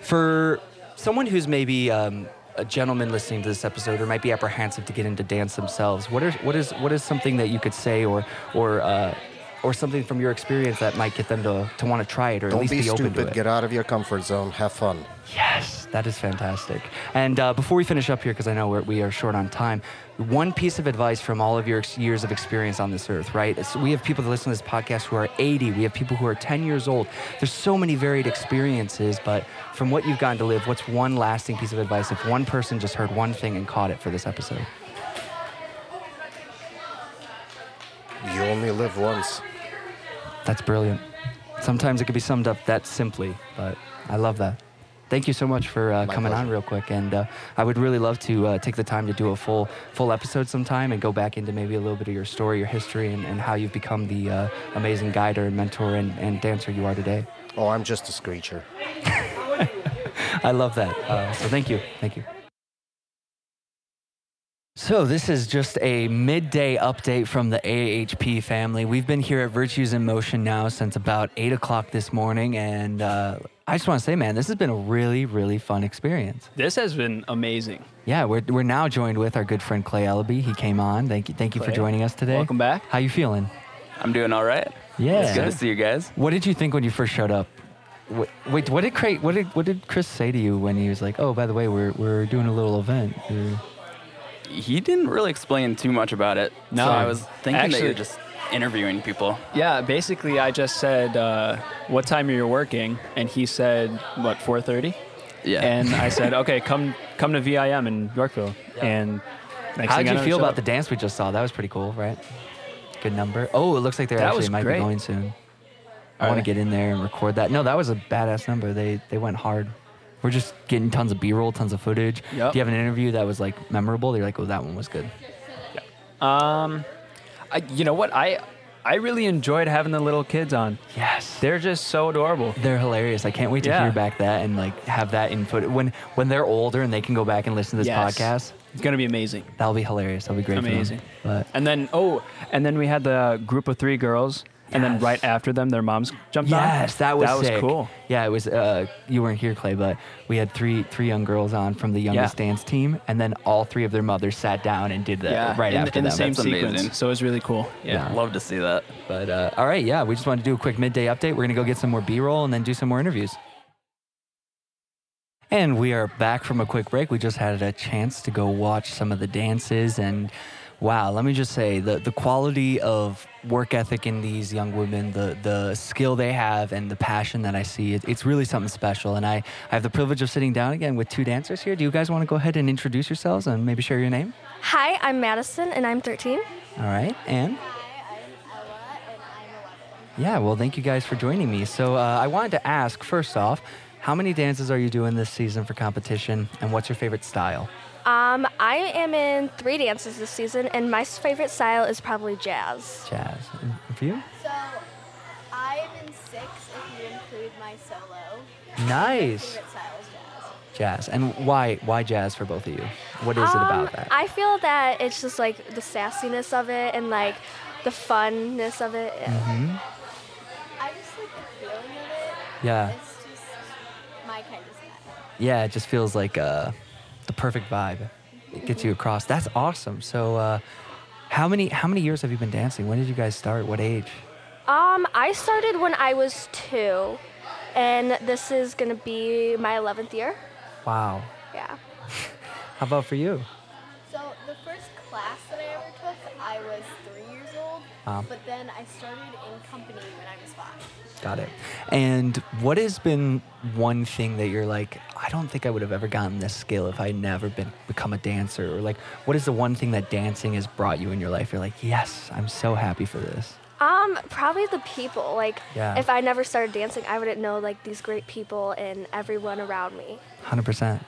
Speaker 1: for someone who's maybe um, a gentleman listening to this episode or might be apprehensive to get into dance themselves what, are, what is what is something that you could say or or uh, or something from your experience that might get them to, to want to try it or at
Speaker 10: Don't
Speaker 1: least
Speaker 10: be
Speaker 1: open to
Speaker 10: stupid.
Speaker 1: it
Speaker 10: Get out of your comfort zone. Have fun.
Speaker 1: Yes, that is fantastic. And uh, before we finish up here, because I know we're, we are short on time, one piece of advice from all of your ex- years of experience on this earth, right? It's, we have people that listen to this podcast who are 80. We have people who are 10 years old. There's so many varied experiences, but from what you've gotten to live, what's one lasting piece of advice if one person just heard one thing and caught it for this episode?
Speaker 10: You only live once.
Speaker 1: That's brilliant. Sometimes it can be summed up that simply, but I love that. Thank you so much for uh,
Speaker 10: My
Speaker 1: coming on
Speaker 10: pleasure.
Speaker 1: real quick, and uh, I would really love to uh, take the time to do a full full episode sometime and go back into maybe a little bit of your story, your history, and, and how you've become the uh, amazing guide or mentor and, and dancer you are today.
Speaker 10: Oh, I'm just a screecher.
Speaker 1: I love that. Uh, so thank you. Thank you. So, this is just a midday update from the AHP family. We've been here at Virtues in Motion now since about eight o'clock this morning. And uh, I just want to say, man, this has been a really, really fun experience.
Speaker 12: This has been amazing.
Speaker 1: Yeah, we're, we're now joined with our good friend Clay Ellaby. He came on. Thank you, thank you for
Speaker 12: Clay,
Speaker 1: joining us today.
Speaker 12: welcome back.
Speaker 1: How you feeling?
Speaker 12: I'm doing all right.
Speaker 1: Yeah.
Speaker 12: It's good to see you guys.
Speaker 1: What did you think when you first showed up? Wait, wait what did Craig, what did what did Chris say to you when he was like, "Oh, by the way, we're we're doing a little event"? Or-
Speaker 12: He didn't really explain too much about it.
Speaker 1: No.
Speaker 12: So I was thinking that
Speaker 1: Actually-
Speaker 12: you're just interviewing people?
Speaker 13: Yeah, basically, I just said, uh, "What time are you working?" And he said, "What 4.30?
Speaker 12: Yeah.
Speaker 13: And I said, "Okay, come come to VIM in Yorkville." And next
Speaker 1: How
Speaker 13: thing
Speaker 1: did
Speaker 13: I
Speaker 1: you
Speaker 13: know,
Speaker 1: feel
Speaker 13: so-
Speaker 1: about the dance we just saw? That was pretty cool, right? Good number. Oh, it looks like they
Speaker 13: That
Speaker 1: actually
Speaker 13: was
Speaker 1: might
Speaker 13: great.
Speaker 1: be going soon.
Speaker 13: Are
Speaker 1: I want to
Speaker 13: they?
Speaker 1: get in there and record that. No, that was a badass number. They they went hard. We're just getting tons of B-roll, tons of footage.
Speaker 13: Yep.
Speaker 1: Do you have an interview that was like memorable? They're like, oh, that one was good.
Speaker 13: Um, I, you know what? I I really enjoyed having the little kids on.
Speaker 1: Yes.
Speaker 13: They're just so adorable.
Speaker 1: They're hilarious. I can't wait to
Speaker 13: Yeah.
Speaker 1: hear back that and like have that in footage when when they're older and they can go back and listen to this
Speaker 13: Yes.
Speaker 1: podcast.
Speaker 13: It's gonna be amazing.
Speaker 1: That'll be hilarious. That'll be great. for them.
Speaker 13: Amazing.
Speaker 1: But
Speaker 13: And then oh, and then we had the group of three girls, and then
Speaker 1: Yes.
Speaker 13: right after them, their moms jumped on.
Speaker 1: Yes, that was
Speaker 13: that was
Speaker 1: sick.
Speaker 13: cool.
Speaker 1: Yeah, it was. Uh, you weren't here, Clay, but we had three three young girls on from the youngest dance team, and then all three of their mothers sat down and did that right
Speaker 13: in,
Speaker 1: after
Speaker 13: in the
Speaker 1: them.
Speaker 13: same
Speaker 12: That's
Speaker 13: sequence.
Speaker 12: amazing.
Speaker 13: So it was really cool.
Speaker 12: Yeah,
Speaker 1: Yeah.
Speaker 12: love to see that.
Speaker 1: But uh, all right, yeah, we just wanted to do a quick midday update. We're gonna go get some more B roll and then do some more interviews. And we are back from a quick break. We just had a chance to go watch some of the dances and wow, let me just say the, the quality of work ethic in these young women, the the skill they have and the passion that I see, it, it's really something special. And I, I have the privilege of sitting down again with two dancers here. Do you guys want to go ahead and introduce yourselves and maybe share your name?
Speaker 14: Hi, I'm Madison and I'm 13.
Speaker 1: All right, and yeah, well, thank you guys for joining me. So uh, I wanted to ask first off, how many dances are you doing this season for competition, and what's your favorite style?
Speaker 14: Um, I am in three dances this season, and my favorite style is probably jazz.
Speaker 1: Jazz, and for you?
Speaker 15: So I'm in six if you include my solo.
Speaker 1: Nice,
Speaker 15: Favorite style is jazz.
Speaker 1: jazz, and why why jazz for both of you? What is it
Speaker 14: Um,
Speaker 1: about that?
Speaker 14: I feel that it's just like the sassiness of it and like the funness of it.
Speaker 1: Mhm.
Speaker 15: I just like the feeling of it.
Speaker 1: Yeah.
Speaker 15: It's just my kind of style.
Speaker 1: Yeah, it just feels like uh, the perfect vibe. It gets you across. That's awesome. So, uh, how many how many years have you been dancing? When did you guys start? What age?
Speaker 14: Um, I started when I was two, and this is gonna be my 11th year.
Speaker 1: Wow.
Speaker 14: Yeah.
Speaker 1: How about for you?
Speaker 15: So the first class that I ever took, I was three years old.
Speaker 1: Wow.
Speaker 15: But then I started in company when I was five.
Speaker 1: Got it. And what has been one thing that you're like, I don't think I would have ever gotten this skill if I had never been become a dancer? Or like, what is the one thing that dancing has brought you in your life? You're like, yes, I'm so happy for this.
Speaker 14: Um, probably the people. Like,
Speaker 1: Yeah.
Speaker 14: if I never started dancing, I wouldn't know like these great people and everyone around me.
Speaker 1: 100%.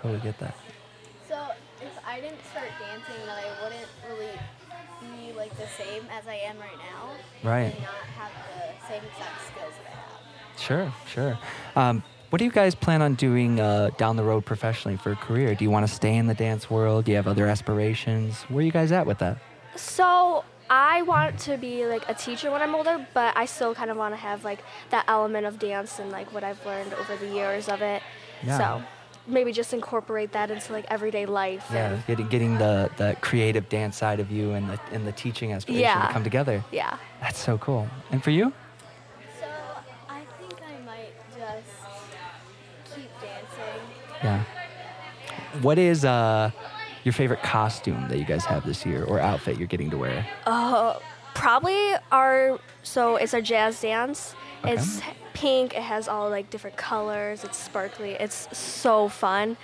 Speaker 1: Totally get that.
Speaker 15: So if I didn't start dancing, then I wouldn't really be like the same as I am right now.
Speaker 1: Right.
Speaker 15: And not have the same exact skills that I have.
Speaker 1: Sure, sure. Um, what do you guys plan on doing uh, down the road professionally for a career? Do you want to stay in the dance world? Do you have other aspirations? Where are you guys at with that?
Speaker 14: So I want to be like a teacher when I'm older, but I still kind of want to have like that element of dance and like what I've learned over the years of it.
Speaker 1: Yeah.
Speaker 14: So maybe just incorporate that into like everyday life.
Speaker 1: Yeah,
Speaker 14: and-
Speaker 1: getting, getting the, the creative dance side of you and the, and the teaching aspiration
Speaker 14: Yeah.
Speaker 1: to come together.
Speaker 14: yeah.
Speaker 1: That's so cool. And for you?
Speaker 15: So I think I might just keep dancing.
Speaker 1: Yeah. What is uh, your favorite costume that you guys have this year or outfit you're getting to wear?
Speaker 14: Uh, probably our so it's our jazz dance.
Speaker 1: Okay.
Speaker 14: It's pink. It has all like different colors. It's sparkly. It's so fun.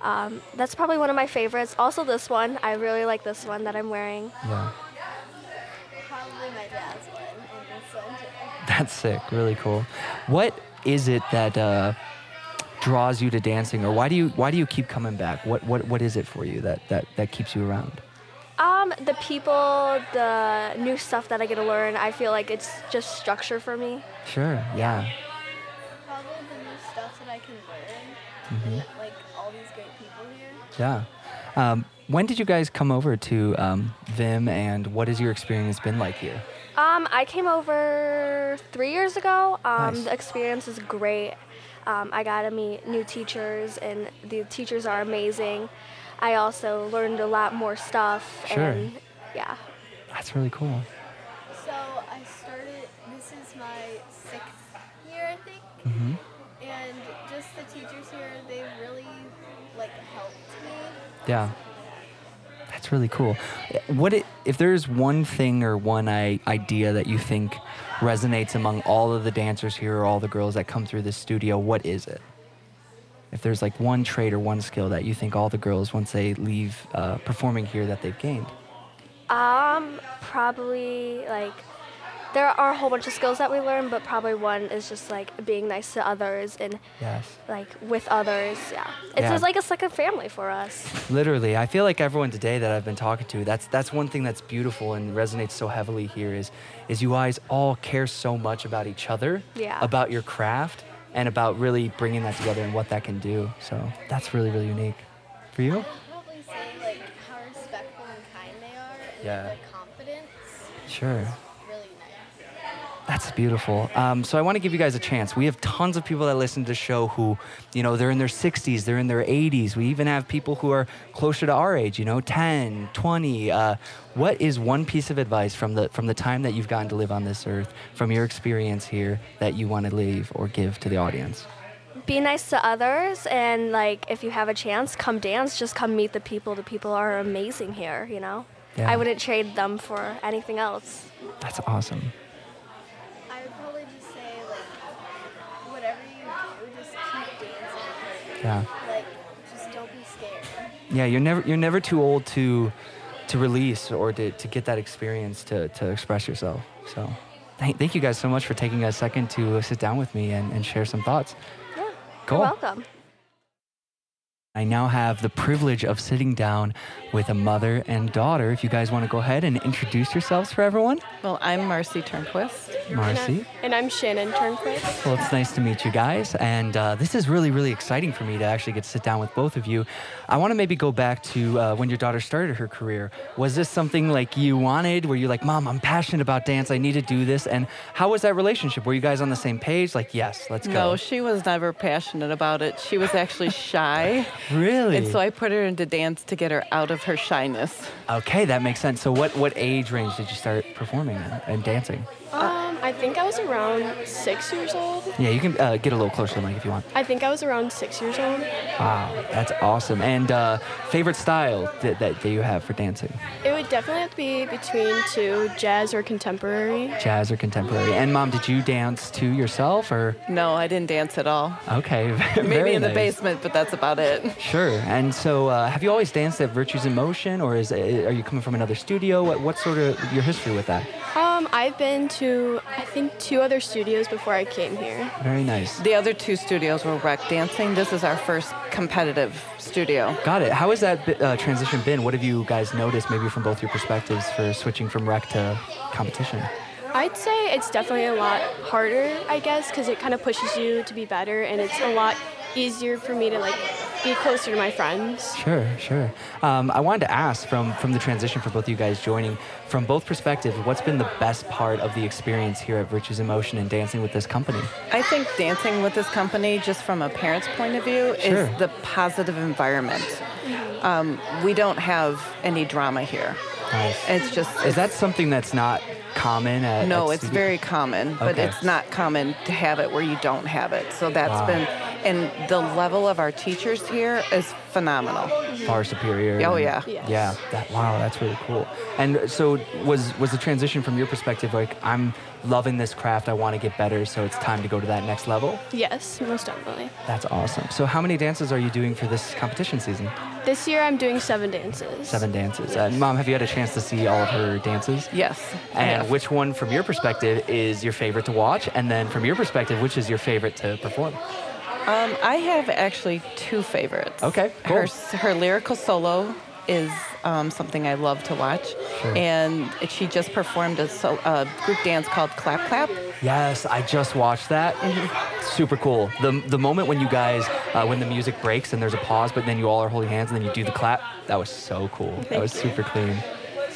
Speaker 14: Um, that's probably one of my favorites. Also, this one I really like. This one that I'm wearing.
Speaker 1: Yeah.
Speaker 15: Probably my jazz one and this one too.
Speaker 1: That's sick. Really cool. What is it that uh, draws you to dancing or why do you why do you keep coming back? What what what is it for you that that, that keeps you around?
Speaker 14: Um, the people, the new stuff that I get to learn. I feel like it's just structure for me.
Speaker 1: Sure. Yeah.
Speaker 15: Probably the new stuff that I can learn. And like all these great people here.
Speaker 1: Mm-hmm. Yeah. Um, when did you guys come over to um, Vim and what has your experience been like here?
Speaker 14: Um, I came over three years ago. Um,
Speaker 1: Nice.
Speaker 14: The experience is great. Um, I got to meet new teachers, and the teachers are amazing. I also learned a lot more stuff.
Speaker 1: Sure.
Speaker 14: And yeah.
Speaker 1: That's really cool.
Speaker 15: So I started, this is my sixth year, I think.
Speaker 1: Mhm.
Speaker 15: And just the teachers here, they really like helped me.
Speaker 1: Yeah. That's That's really cool. What it, if there's one thing or one I, idea that you think resonates among all of the dancers here or all the girls that come through this studio? What is it? If there's like one trait or one skill that you think all the girls once they leave uh, performing here that they've gained?
Speaker 14: Um, probably like there are a whole bunch of skills that we learn, but probably one is just like being nice to others and
Speaker 1: Yes.
Speaker 14: like with others. Yeah, it's
Speaker 1: Yeah.
Speaker 14: just like a second family for us.
Speaker 1: Literally, I feel like everyone today that I've been talking to, that's that's one thing that's beautiful and resonates so heavily here is is you guys all care so much about each other,
Speaker 14: Yeah.
Speaker 1: about your craft, and about really bringing that together and what that can do. So that's really really unique. For you?
Speaker 15: Probably say like how respectful and kind they are. And
Speaker 1: Yeah.
Speaker 15: Like confidence.
Speaker 1: Sure.
Speaker 15: Really nice.
Speaker 1: That's beautiful. Um, so I want to give you guys a chance. We have tons of people that listen to the show who, you know, they're in their 60s, they're in their 80s. We even have people who are closer to our age, you know, 10, 20. Uh, what is one piece of advice from the from the time that you've gotten to live on this earth, from your experience here, that you want to leave or give to the audience?
Speaker 14: Be nice to others, and like if you have a chance, come dance. Just come meet the people. The people are amazing here. You know,
Speaker 1: Yeah.
Speaker 14: I wouldn't trade them for anything else.
Speaker 1: That's awesome.
Speaker 15: I would probably just say like whatever you do, just keep dancing.
Speaker 1: Yeah.
Speaker 15: Like just don't be scared.
Speaker 1: Yeah, you're never you're never too old to to release or to, to get that experience to, to express yourself. So thank, thank you guys so much for taking a second to sit down with me and, and share some thoughts.
Speaker 14: Yeah.
Speaker 1: Cool.
Speaker 14: You're welcome.
Speaker 1: I now have the privilege of sitting down with a mother and daughter. If you guys want to go ahead and introduce yourselves for everyone.
Speaker 16: Well, I'm Marcy Turnquist.
Speaker 1: Marcy.
Speaker 16: And I'm Shannon Turnquist.
Speaker 1: Well, it's nice to meet you guys. And uh, this is really, really exciting for me to actually get to sit down with both of you. I want to maybe go back to uh, when your daughter started her career. Was this something like you wanted? Were you like, Mom, I'm passionate about dance. I need to do this? And how was that relationship? Were you guys on the same page? Like, yes, let's
Speaker 16: No,
Speaker 1: go.
Speaker 16: she was never passionate about it. She was actually shy.
Speaker 1: Really?
Speaker 16: And so I put her into dance to get her out of her shyness.
Speaker 1: okay, that makes sense. So, what, what age range did you start performing and, and dancing?
Speaker 17: Um, I think I was around six years old.
Speaker 1: Yeah, you can uh, get a little closer to the mic if you want.
Speaker 17: I think I was around six years old.
Speaker 1: Wow, that's awesome. And uh, favorite style that, that, that you have for dancing?
Speaker 17: It would definitely have to be between two, jazz or contemporary.
Speaker 1: Jazz or contemporary? And mom, did you dance to yourself or?
Speaker 16: No, I didn't dance at all.
Speaker 1: Okay, very
Speaker 16: Maybe in the
Speaker 1: nice.
Speaker 16: basement, but that's about it.
Speaker 1: Sure. And so, uh, have you always danced at Virtues in Motion, or is uh, are you coming from another studio? What what sort of your history with that?
Speaker 17: Um, I've been to I think two other studios before I came here.
Speaker 1: Very nice.
Speaker 16: The other two studios were rec dancing. This is our first competitive studio.
Speaker 1: Got it. How has that bi- uh, transition been? What have you guys noticed, maybe from both your perspectives, for switching from rec to competition?
Speaker 17: I'd say it's definitely a lot harder, I guess, because it kind of pushes you to be better, and it's a lot easier for me to like be closer to my friends.
Speaker 1: Sure, sure. Um, I wanted to ask from from the transition for both of you guys joining, from both perspectives, what's been the best part of the experience here at Virtues in Motion and dancing with this company?
Speaker 16: I think dancing with this company, just from a parent's point of view,
Speaker 1: Sure.
Speaker 16: is the positive environment. Um, we don't have any drama here.
Speaker 1: Nice.
Speaker 16: It's just
Speaker 1: Is that something that's not common? At,
Speaker 16: no,
Speaker 1: at
Speaker 16: it's
Speaker 1: studio-
Speaker 16: very common, but
Speaker 1: Okay.
Speaker 16: it's not common to have it where you don't have it. So that's
Speaker 1: Wow.
Speaker 16: been, and the level of our teachers here is phenomenal.
Speaker 1: far superior.
Speaker 16: Oh,
Speaker 1: and-
Speaker 16: yeah. Yes.
Speaker 1: Yeah. That, wow, that's really cool. And so was was the transition from your perspective like I'm loving this craft, I want to get better, so it's time to go to that next level?
Speaker 17: Yes, most definitely.
Speaker 1: That's awesome. So how many dances are you doing for this competition season?
Speaker 17: This year I'm doing seven dances.
Speaker 1: Seven dances. Uh, Mom, have you had a chance to see all of her dances?
Speaker 16: Yes. I
Speaker 1: And
Speaker 16: have.
Speaker 1: which one, from your perspective, is your favorite to watch? And then, from your perspective, which is your favorite to perform?
Speaker 16: Um, I have actually two favorites.
Speaker 1: Okay,
Speaker 16: Her, s- her lyrical solo is um, something I love to watch,
Speaker 1: Sure.
Speaker 16: and she just performed a, sol- a group dance called Clap Clap.
Speaker 1: Yes, I just watched that. Super cool. The the moment when you guys, uh, when the music breaks and there's a pause, but then you all are holding hands and then you do the clap. That was so cool. that
Speaker 16: Thank
Speaker 1: was
Speaker 16: you.
Speaker 1: super clean.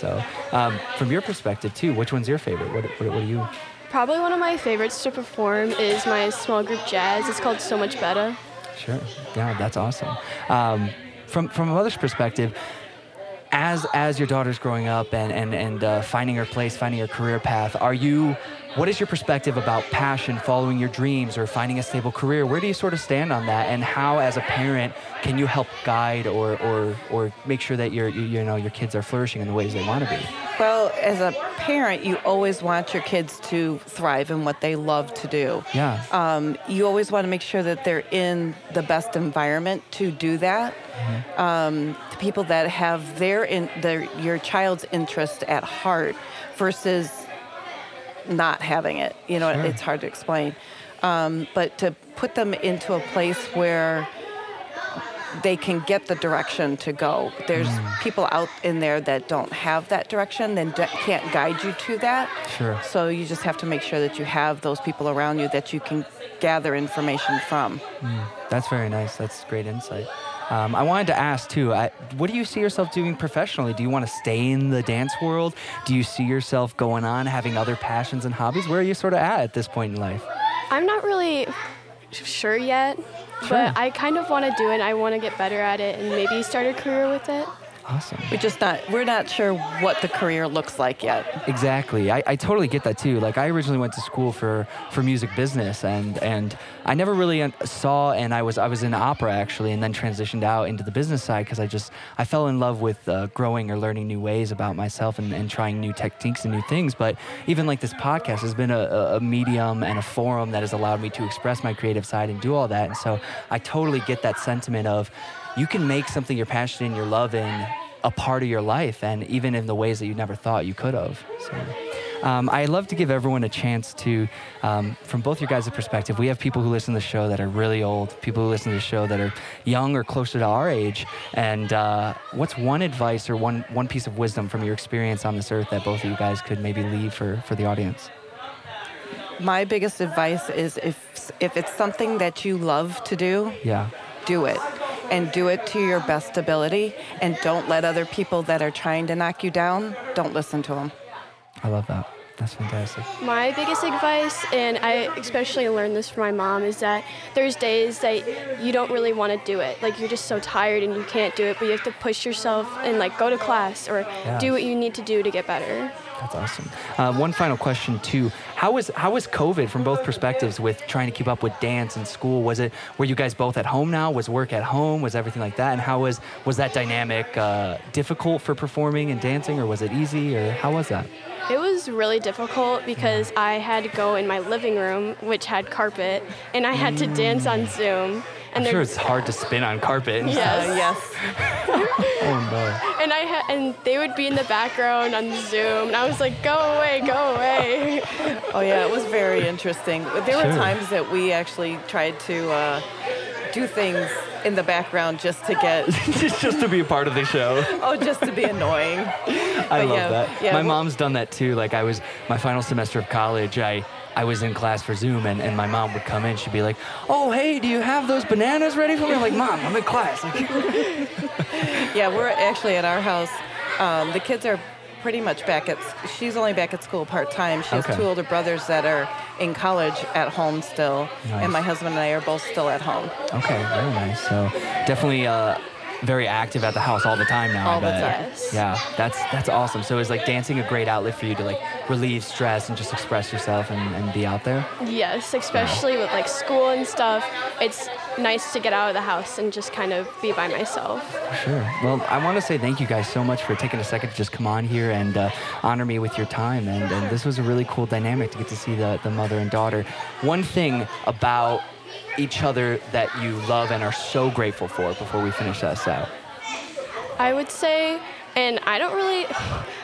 Speaker 1: So, um, from your perspective too, which one's your favorite? What what, what are you?
Speaker 17: Probably one of my favorites to perform is my small group jazz. It's called So Much Better.
Speaker 1: Sure. Yeah, that's awesome. Um, from from a mother's perspective, as as your daughter's growing up and and and uh, finding her place, finding her career path, are you What is your perspective about passion, following your dreams, or finding a stable career? Where do you sort of stand on that? And how, as a parent, can you help guide or, or, or make sure that your, you, you know, your kids are flourishing in the ways they want to be?
Speaker 16: Well, as a parent, you always want your kids to thrive in what they love to do.
Speaker 1: Yeah.
Speaker 16: Um, you always want to make sure that they're in the best environment to do that. Um, the people that have their in their your child's interest at heart versus not having it. You know,
Speaker 18: Sure.
Speaker 16: it's hard to explain. Um, but to put them into a place where they can get the direction to go. There's people out in there that don't have that direction, then d- can't guide you to that.
Speaker 1: Sure.
Speaker 16: So you just have to make sure that you have those people around you that you can gather information from.
Speaker 1: Mm, that's very nice. That's great insight. Um, I wanted to ask too. I, what do you see yourself doing professionally? Do you want to stay in the dance world? Do you see yourself going on having other passions and hobbies? Where are you sort of at at this point in life?
Speaker 17: I'm not really sure yet,
Speaker 1: Sure.
Speaker 17: but I kind of want to do it. I want to get better at it and maybe start a career with it.
Speaker 1: Awesome.
Speaker 16: We're just not we're not sure what the career looks like yet.
Speaker 1: Exactly. I, I totally get that too. Like I originally went to school for, for music business and, and I never really un- saw, and I was, I was in opera actually, and then transitioned out into the business side because I just, I fell in love with uh, growing or learning new ways about myself and, and trying new techniques and new things. But even like this podcast has been a, a a medium and a forum that has allowed me to express my creative side and do all that. And so I totally get that sentiment of you can make something you're passionate in, you're loving, a part of your life and even in the ways that you never thought you could have. So, um, I love to give everyone a chance to, um, from both your guys' perspective, we have people who listen to the show that are really old, people who listen to the show that are young or closer to our age. And uh, what's one advice or one, one piece of wisdom from your experience on this earth that both of you guys could maybe leave for, for the audience?
Speaker 16: My biggest advice is if if it's something that you love to do,
Speaker 1: Yeah.
Speaker 16: do it and do it to your best ability and don't let other people that are trying to knock you down don't listen to them
Speaker 1: I love that. That's fantastic.
Speaker 17: My biggest advice, and I especially learned this from my mom, is that there's days that you don't really want to do it. Like you're just so tired and you can't do it, but you have to push yourself and like go to class or do what you need to do to get better.
Speaker 1: That's awesome. Uh, one final question too: How was how was COVID from both perspectives with trying to keep up with dance and school? Was it were you guys both at home now? Was work at home? Was everything like that? And how was was that dynamic uh, difficult for performing and dancing, or was it easy, or how was that?
Speaker 17: It was really difficult because I had to go in my living room, which had carpet, and I had to dance on Zoom. And
Speaker 1: I'm
Speaker 17: there-
Speaker 1: sure it's hard to spin on carpet. And
Speaker 17: Yes.
Speaker 16: Uh,
Speaker 1: stuff. Oh no.
Speaker 17: And I ha- and they would be in the background on Zoom, and I was like, "Go away, go away."
Speaker 16: oh yeah it was very interesting But there were
Speaker 1: Sure.
Speaker 16: times that we actually tried to uh, do things in the background just to get
Speaker 1: Just to be a part of the show.
Speaker 16: oh just to be annoying
Speaker 1: I
Speaker 16: But
Speaker 1: love
Speaker 16: yeah,
Speaker 1: that.
Speaker 16: yeah,
Speaker 1: my
Speaker 16: well-
Speaker 1: mom's done that too. Like I was my final semester of college, I I was in class for Zoom and, and my mom would come in, she'd be like, Oh hey, do you have those bananas ready for me? I'm like, Mom, I'm in class. Like,
Speaker 16: yeah we're actually at our house um, the kids are pretty much back at s- she's only back at school part-time she has
Speaker 1: Okay.
Speaker 16: two older brothers that are in college at home still
Speaker 1: Nice.
Speaker 16: and my husband and i are both still at home
Speaker 1: okay, very nice. So definitely uh very active at the house all the time now. I
Speaker 16: All the
Speaker 1: bet.
Speaker 16: time. Yes.
Speaker 1: Yeah, that's that's awesome. So is like dancing a great outlet for you to like relieve stress and just express yourself and, and be out there?
Speaker 17: Yes, especially with like school and stuff. It's nice to get out of the house and just kind of be by myself.
Speaker 1: Sure. Well, I want to say thank you guys so much for taking a second to just come on here and uh, honor me with your time. And, and this was a really cool dynamic to get to see the, the mother and daughter. One thing about each other that you love and are so grateful for before we finish this out.
Speaker 17: I would say, and I don't really.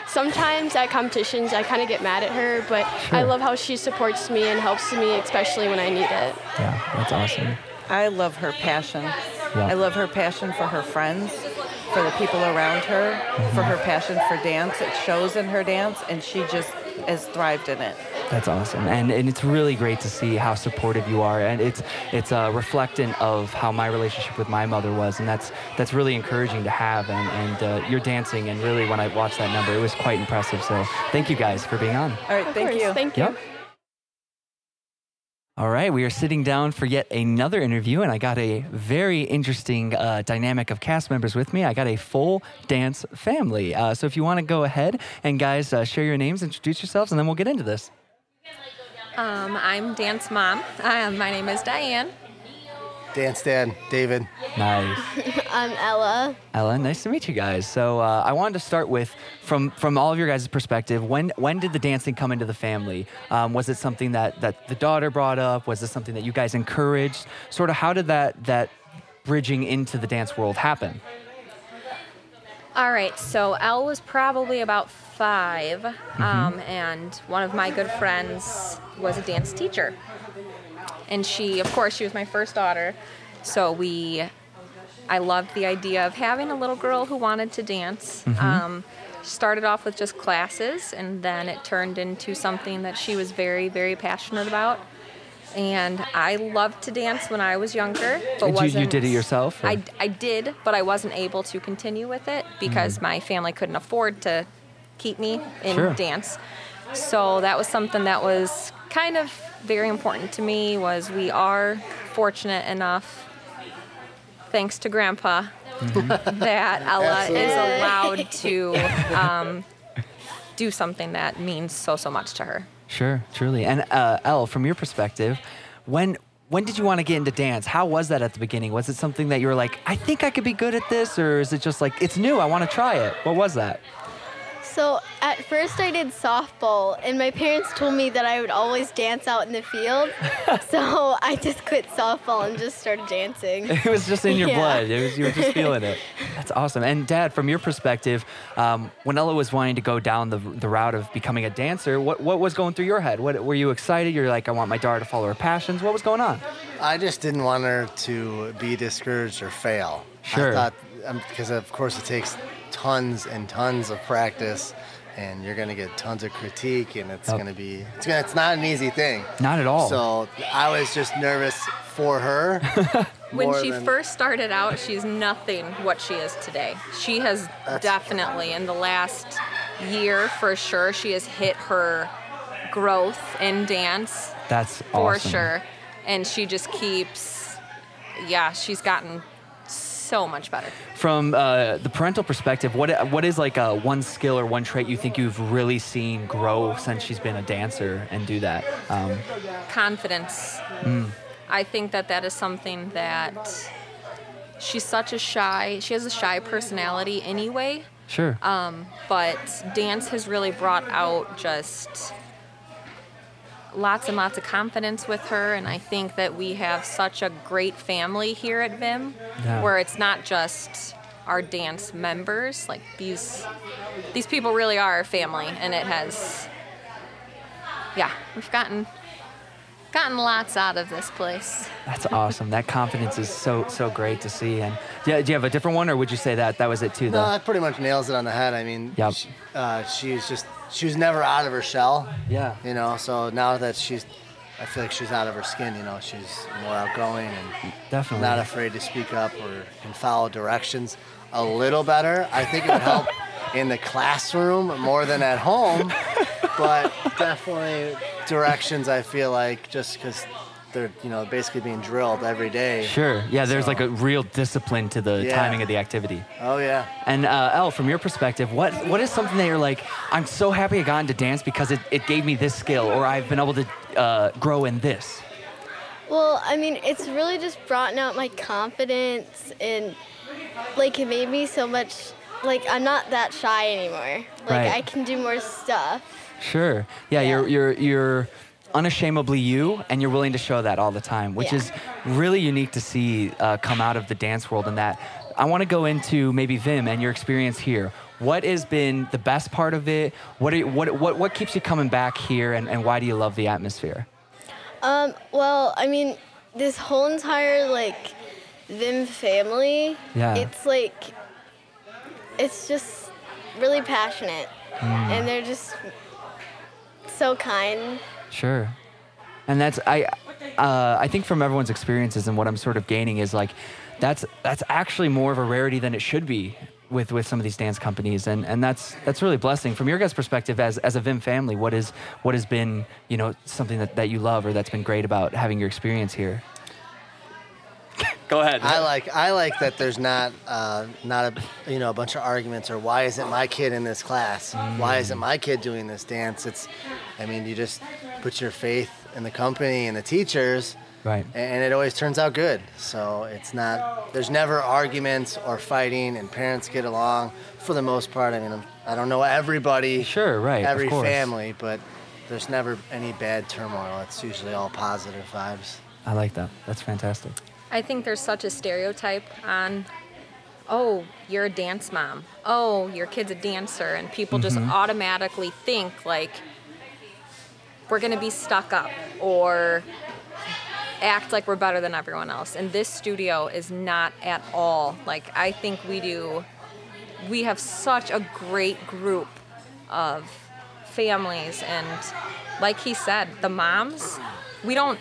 Speaker 17: Sometimes at competitions, I kind of get mad at her, but I
Speaker 1: Sure.
Speaker 17: love how she supports me and helps me, especially when I need it.
Speaker 1: Yeah, that's awesome.
Speaker 16: I love her passion. I love her passion for her friends, for the people around her,
Speaker 1: Mm-hmm.
Speaker 16: for her passion for dance. It shows in her dance, and she just has thrived in it.
Speaker 1: That's awesome, and and it's really great to see how supportive you are, and it's it's uh, reflectant of how my relationship with my mother was, and that's that's really encouraging to have, and and uh, you're dancing, and really when I watched that number, it was quite impressive. So thank you guys for being on.
Speaker 16: All right, thank you.
Speaker 17: Thank
Speaker 1: Yep. All right, we are sitting down for yet another interview, and I got a very interesting uh, dynamic of cast members with me. I got a full dance family. Uh, so if you want to go ahead and guys uh, share your names, introduce yourselves, and then we'll get into this.
Speaker 18: Um, I'm Dance Mom. Um, my name is Diane.
Speaker 10: Dance Dan, David.
Speaker 1: Nice.
Speaker 15: I'm Ella.
Speaker 1: Ella, nice to meet you guys. So uh, I wanted to start with from from all of your guys' perspective. When when did the dancing come into the family? Um, was it something that that the daughter brought up? Was it something that you guys encouraged? Sort of how did that that bridging into the dance world happen?
Speaker 18: All right, so Elle was probably about 5
Speaker 1: Mm-hmm.
Speaker 18: um, and one of my good friends was a dance teacher. And she, of course, she was my first daughter, so we, I loved the idea of having a little girl who wanted to dance.
Speaker 1: Mm-hmm.
Speaker 19: Mhm.
Speaker 18: Um, she started off with just classes, and then it turned into something that she was very, very passionate about. And I loved to dance when I was younger, but
Speaker 1: Did you- you
Speaker 18: wasn't.
Speaker 1: did it yourself, or-
Speaker 18: I I did, but I wasn't able to continue with it because
Speaker 1: Mhm.
Speaker 18: my family couldn't afford to keep me in
Speaker 1: Sure.
Speaker 18: dance. So that was something that was kind of very important to me was we are fortunate enough thanks to grandpa that Ella is
Speaker 14: Absolutely.
Speaker 18: allowed to um, do something that means so so much to her.
Speaker 1: Sure, truly. And uh, Elle, from your perspective, when when did you want to get into dance? How was that at the beginning? Was it something that you were like, I think I could be good at this, or is it just like it's new? I want to try it. What was that?
Speaker 15: So at first I did softball, and my parents told me that I would always dance out in the field. so I just quit softball and just started dancing.
Speaker 1: It was just in your
Speaker 15: Yeah.
Speaker 1: blood. It was you were just feeling it. That's awesome. And Dad, from your perspective, um, when Ella was wanting to go down the, the route of becoming a dancer, what what was going through your head? What were you excited? You're like, I want my daughter to follow her passions. What was going on?
Speaker 11: I just didn't want her to be discouraged or fail.
Speaker 1: Sure.
Speaker 11: I thought, um, because of course it takes tons and tons of practice, and you're going to get tons of critique, and it's
Speaker 1: Yep.
Speaker 11: going to be, it's, gonna, it's not an easy thing.
Speaker 1: Not at all.
Speaker 11: So I was just nervous for her. more
Speaker 18: when she
Speaker 11: than-
Speaker 18: first started out, she's nothing what she is today. She has definitely, in the last year for sure, she has hit her growth in dance
Speaker 1: That's
Speaker 18: for
Speaker 1: awesome.
Speaker 18: sure. And she just keeps, yeah, she's gotten so much better.
Speaker 1: From uh, the parental perspective, what what is like uh, one skill or one trait you think you've really seen grow since she's been a dancer and do that? Um,
Speaker 18: Confidence.
Speaker 1: mm,
Speaker 18: I think that that is something that she's such a shy, she has a shy personality anyway.
Speaker 1: sure.
Speaker 18: Um, but dance has really brought out just lots and lots of confidence with her, and I think that we have such a great family here at Vim,
Speaker 14: Yeah.
Speaker 18: where it's not just our dance members. Like these, these people really are our family, and it has, yeah, we've gotten gotten lots out of this place.
Speaker 1: That's awesome. that confidence is so so great to see. And yeah, do you have a different one, or would you say that that was it too?
Speaker 11: No,
Speaker 1: Though.
Speaker 11: that pretty much nails it on the head. I mean,
Speaker 1: Yep.
Speaker 11: she, uh, she's just she was never out of her shell.
Speaker 1: Yeah.
Speaker 11: You know, so now that she's, I feel like she's out of her skin. You know, she's more outgoing and
Speaker 1: Definitely.
Speaker 11: not afraid to speak up or can follow directions a little better. I think it would help in the classroom more than at home, but definitely directions. I feel like just because they're you know basically being drilled every day.
Speaker 1: Sure. Yeah, there's
Speaker 11: So-
Speaker 1: like a real discipline to the
Speaker 11: Yeah.
Speaker 1: timing of the activity.
Speaker 11: Oh yeah.
Speaker 1: And uh, Elle, from your perspective, what what is something that you're like? I'm so happy I got into dance because it, it gave me this skill, or I've been able to uh, grow in this.
Speaker 15: Well, I mean, it's really just brought out my confidence and like it made me so much like I'm not that shy anymore. Like
Speaker 1: Right.
Speaker 15: I can do more stuff.
Speaker 1: Sure. Yeah, you're you're you're unashamedly you, and you're willing to show that all the time, which
Speaker 15: Yeah.
Speaker 1: is really unique to see uh, come out of the dance world. And that I want to go into maybe Vim and your experience here. What has been the best part of it? What are, what what what keeps you coming back here, and, and why do you love the atmosphere?
Speaker 15: Um, well, I mean, this whole entire like Vim family,
Speaker 1: Yeah.
Speaker 15: it's like it's just really passionate
Speaker 1: Mm.
Speaker 15: and they're just so kind.
Speaker 1: Sure. And that's I uh, I think from everyone's experiences and what I'm sort of gaining is like that's that's actually more of a rarity than it should be with with some of these dance companies and and that's that's really a blessing from your guys' perspective as as a Vim family what is what has been you know something that, that you love or that's been great about having your experience here. Go ahead.
Speaker 11: I like I like that there's not uh, not a you know a bunch of arguments or why isn't my kid in
Speaker 1: Mm.
Speaker 11: this class? Why isn't my kid doing this dance? It's I mean you just put your faith and the company and the teachers.
Speaker 1: Right.
Speaker 11: And it always turns out good. So it's not, there's never arguments or fighting, and parents get along for the most part. I mean, I'm, I don't know everybody.
Speaker 1: Sure, right, of
Speaker 11: Every
Speaker 1: course.
Speaker 11: family, but there's never any bad turmoil. It's usually all positive vibes.
Speaker 1: I like that. That's fantastic.
Speaker 18: I think there's such a stereotype on, oh, you're a dance mom. Oh, your kid's a dancer. And people just
Speaker 19: Mhm.
Speaker 18: automatically think, like, we're going to be stuck up or act like we're better than everyone else. And this studio is not at all. Like, I think we do, we have such a great group of families. And like he said, the moms, we don't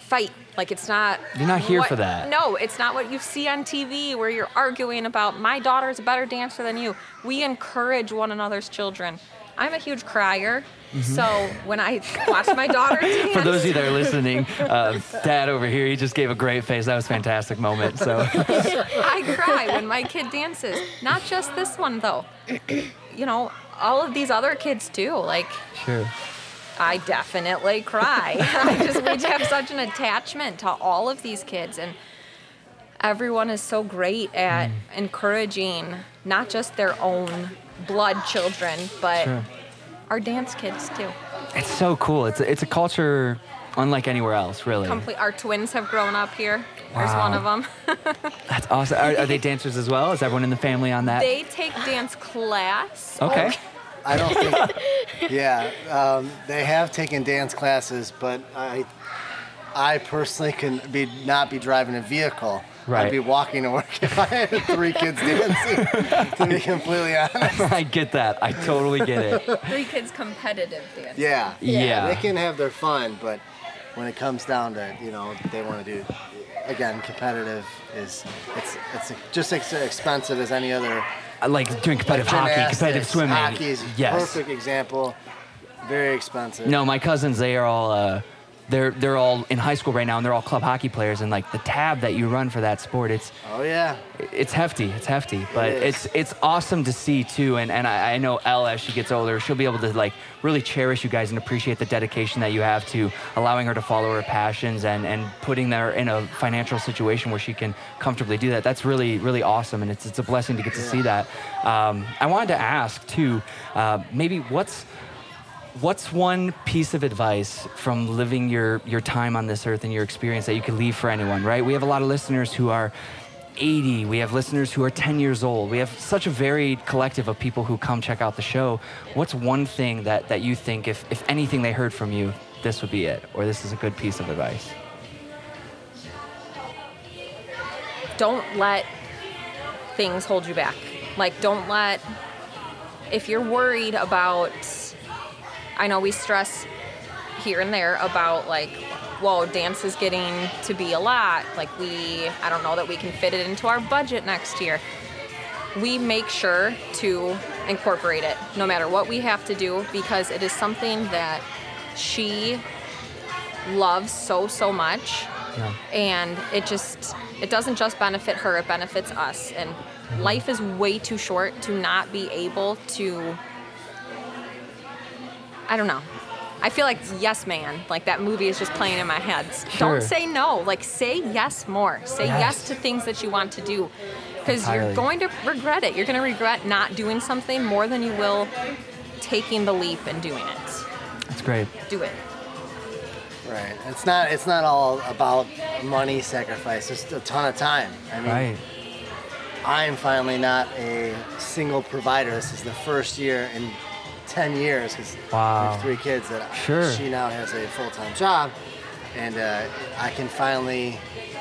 Speaker 18: fight. Like it's not.
Speaker 1: You're not here
Speaker 18: what-
Speaker 1: for that.
Speaker 18: No, it's not what you see on TV where you're arguing about my daughter's a better dancer than you. We encourage one another's children. I'm a huge crier,
Speaker 1: Mhm.
Speaker 18: so when I watch my daughter dance,
Speaker 1: For those of you that are listening, uh, Dad over here, he just gave a great face. That was a fantastic moment. So
Speaker 18: I cry when my kid dances. Not just this one though. You know, all of these other kids too. Like
Speaker 1: sure.
Speaker 18: I definitely cry. I just we have such an attachment to all of these kids and everyone is so great
Speaker 1: Mm.
Speaker 18: at encouraging not just their own blood children, but
Speaker 1: Sure.
Speaker 18: our dance kids too.
Speaker 1: It's so cool. It's a, it's a culture unlike anywhere else, really.
Speaker 18: Complete our twins have grown up here. There's
Speaker 1: Wow.
Speaker 18: one of them.
Speaker 1: That's awesome. Oh, Are, are they dancers as well? Is everyone in the family on that?
Speaker 18: They take dance class.
Speaker 1: okay.
Speaker 11: I don't think. yeah, um, they have taken dance classes, but I, I personally can be not be driving a vehicle.
Speaker 1: Right.
Speaker 11: I'd be walking to work if I had three kids dancing. to be completely honest.
Speaker 1: I get that. I totally get it.
Speaker 18: Three kids competitive dance.
Speaker 11: Yeah.
Speaker 1: Yeah.
Speaker 11: They can have their fun, but when it comes down to you know they want to do again competitive is it's it's just as expensive as any other.
Speaker 1: I like doing competitive
Speaker 11: like
Speaker 1: hockey, competitive
Speaker 11: gymnastics,
Speaker 1: swimming.
Speaker 11: Hockey is a
Speaker 1: yes.
Speaker 11: perfect example. Very expensive.
Speaker 1: No, my cousins, they are all uh, they're they're all in high school right now, and they're all club hockey players. And like the tab that you run for that sport, it's
Speaker 11: Oh yeah.
Speaker 1: it's hefty. It's hefty, but
Speaker 11: is.
Speaker 1: it's it's awesome to see too. And and I, I know Elle as she gets older, she'll be able to like really cherish you guys and appreciate the dedication that you have to allowing her to follow her passions and and putting her in a financial situation where she can comfortably do that. That's really really awesome, and it's it's a blessing to get to see that. Um, I wanted to ask too, uh, maybe what's What's one piece of advice from living your, your time on this earth and your experience that you could leave for anyone, right? We have a lot of listeners who are 80, we have listeners who are 10 years old. We have such a varied collective of people who come check out the show. What's one thing that, that you think, if, if anything they heard from you, this would be it, or this is a good piece of advice?
Speaker 18: don't let things hold you back. Like, don't let, if you're worried about, I know we stress here and there about like, whoa, dance is getting to be a lot. Like, we, I don't know that we can fit it into our budget next year. We make sure to incorporate it no matter what we have to do because it is something that she loves so, so much
Speaker 1: Yeah.
Speaker 18: and it just it doesn't just benefit her it benefits us and life is way too short to not be able to i don't know i feel like yes man like that movie is just playing in my head
Speaker 1: Sure.
Speaker 18: don't say no like say yes more say yes,
Speaker 1: Yes.
Speaker 18: to things that you want to do because you're
Speaker 1: Entirely.
Speaker 18: going to regret it you're going to regret not doing something more than you will taking the leap and doing it
Speaker 1: That's great.
Speaker 18: do it
Speaker 11: Right. It's not. It's not all about money sacrifice. It's a ton of time. I mean,
Speaker 1: Right.
Speaker 11: I'm finally not a single provider. This is the first year in ten years because we
Speaker 1: Wow.
Speaker 11: have three kids that I-
Speaker 1: Sure.
Speaker 11: she now has a full-time job, and uh, I can finally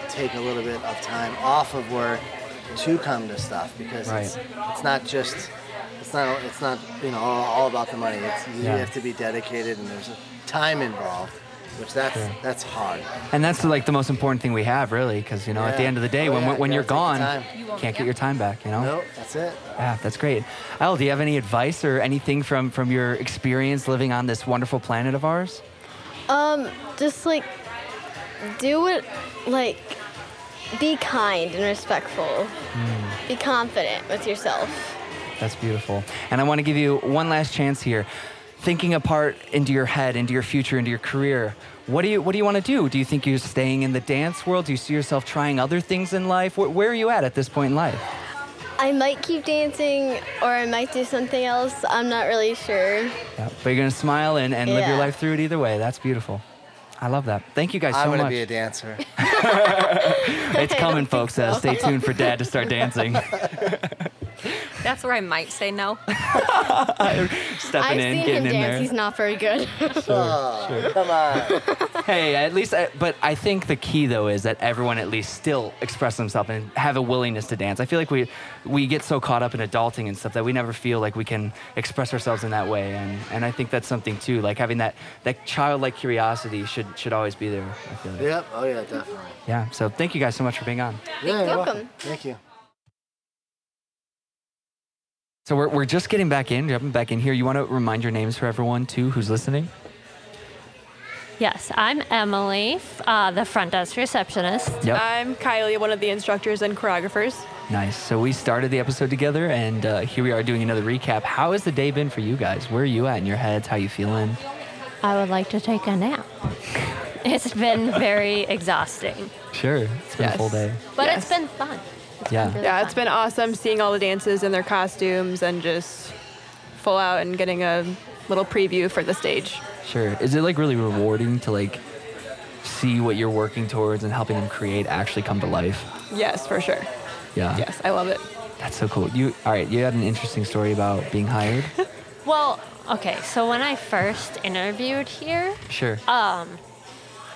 Speaker 11: take a little bit of time off of work to come to stuff because it's, it's not just. It's not. It's not. You know, all, all about the money. It's you
Speaker 1: Yeah.
Speaker 11: have to be dedicated, and there's time involved, which that's
Speaker 1: Sure.
Speaker 11: that's hard.
Speaker 1: And that's like the most important thing we have, really, because you know, at the
Speaker 11: Yeah.
Speaker 1: end of the day,
Speaker 11: Oh,
Speaker 1: when,
Speaker 11: yeah,
Speaker 1: when you're gone,
Speaker 11: gotta take your time.
Speaker 1: you
Speaker 11: You won't-
Speaker 1: can't get
Speaker 11: yeah.
Speaker 1: your time back. You know.
Speaker 11: No, that's it.
Speaker 1: Yeah, that's great. Al, do you have any advice or anything from from your experience living on this wonderful planet of ours?
Speaker 15: Um, just like do it, like be kind and respectful. Be confident with yourself.
Speaker 1: That's beautiful. And I want to give you one last chance here. thinking apart into your head, into your future, into your career, what do you what do you want to do? Do you think you're staying in the dance world? Do you see yourself trying other things in life? Where, where are you at at this point in life?
Speaker 15: I might keep dancing or I might do something else. I'm not really sure.
Speaker 1: Yeah, but you're gonna smile and, and live your
Speaker 15: Yeah.
Speaker 1: life through it either way. That's beautiful. I love that. Thank you guys so
Speaker 11: I'm
Speaker 1: much.
Speaker 11: gonna be a dancer.
Speaker 1: it's coming, folks. Uh, stay tuned for Dad to start dancing.
Speaker 18: That's where I might say no.
Speaker 1: Stepping in, getting in there.
Speaker 15: not very good.
Speaker 11: Come on.
Speaker 1: hey, at least, I, but I think the key though is that everyone at least still express themselves and have a willingness to dance. I feel like we we get so caught up in adulting and stuff that we never feel like we can express ourselves in that way. And and I think that's something too, like having that that childlike curiosity should should always be there. I feel like.
Speaker 11: Yep. Oh yeah, definitely.
Speaker 1: Yeah. So thank you guys so much for being on.
Speaker 11: Yeah, you're
Speaker 15: welcome.
Speaker 11: Thank you.
Speaker 1: So we're we're just getting back in, jumping back in here. You want to remind your names for everyone too, who's listening?
Speaker 19: Yes, I'm Emily, f- uh, the front desk receptionist.
Speaker 1: Yep.
Speaker 19: I'm Kylie, one of the instructors and choreographers.
Speaker 1: Nice. So we started the episode together, and uh, here we are doing another recap. How has the day been for you guys? Where are you at in your heads? How you feeling?
Speaker 19: I would like to take a nap. it's been very exhausting,
Speaker 1: Sure, it's been a full day.
Speaker 19: but it's been fun.
Speaker 1: yeah.
Speaker 20: yeah, it's been awesome seeing all the dances and their costumes and just full out and getting a little preview for the stage.
Speaker 1: Sure. Is it like really rewarding to like see what you're working towards and helping them create actually come to life?
Speaker 20: Yes, for sure.
Speaker 1: Yeah.
Speaker 20: Yes, I love it.
Speaker 1: That's so cool. You all right? You had an interesting story about being hired.
Speaker 19: Well, okay, so when I first interviewed here,
Speaker 1: Sure.
Speaker 19: um,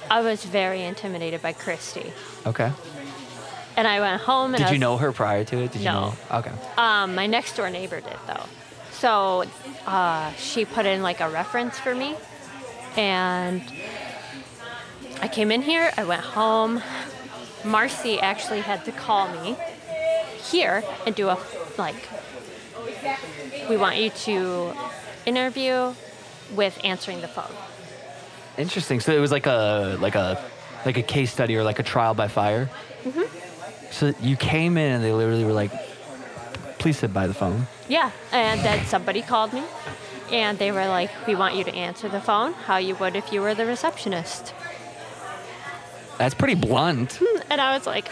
Speaker 19: I was very intimidated by Christy,
Speaker 1: Okay.
Speaker 19: and I went home and I
Speaker 1: Did you
Speaker 19: was-
Speaker 1: know her prior to it? Did you
Speaker 19: No.
Speaker 1: know? Okay.
Speaker 19: Um, my next door neighbor did though. So uh, she put in like a reference for me, and I came in here. I went home. Marcy actually had to call me here and do a like.
Speaker 6: Oh,
Speaker 19: We want you to interview with answering the phone.
Speaker 1: Interesting. So it was like a like a like a case study or like a trial by fire. So you came in and they literally were like, "Please sit by the phone."
Speaker 19: Yeah, and then somebody called me, and they were like, "We want you to answer the phone how you would if you were the receptionist."
Speaker 1: That's pretty blunt
Speaker 19: And I was like,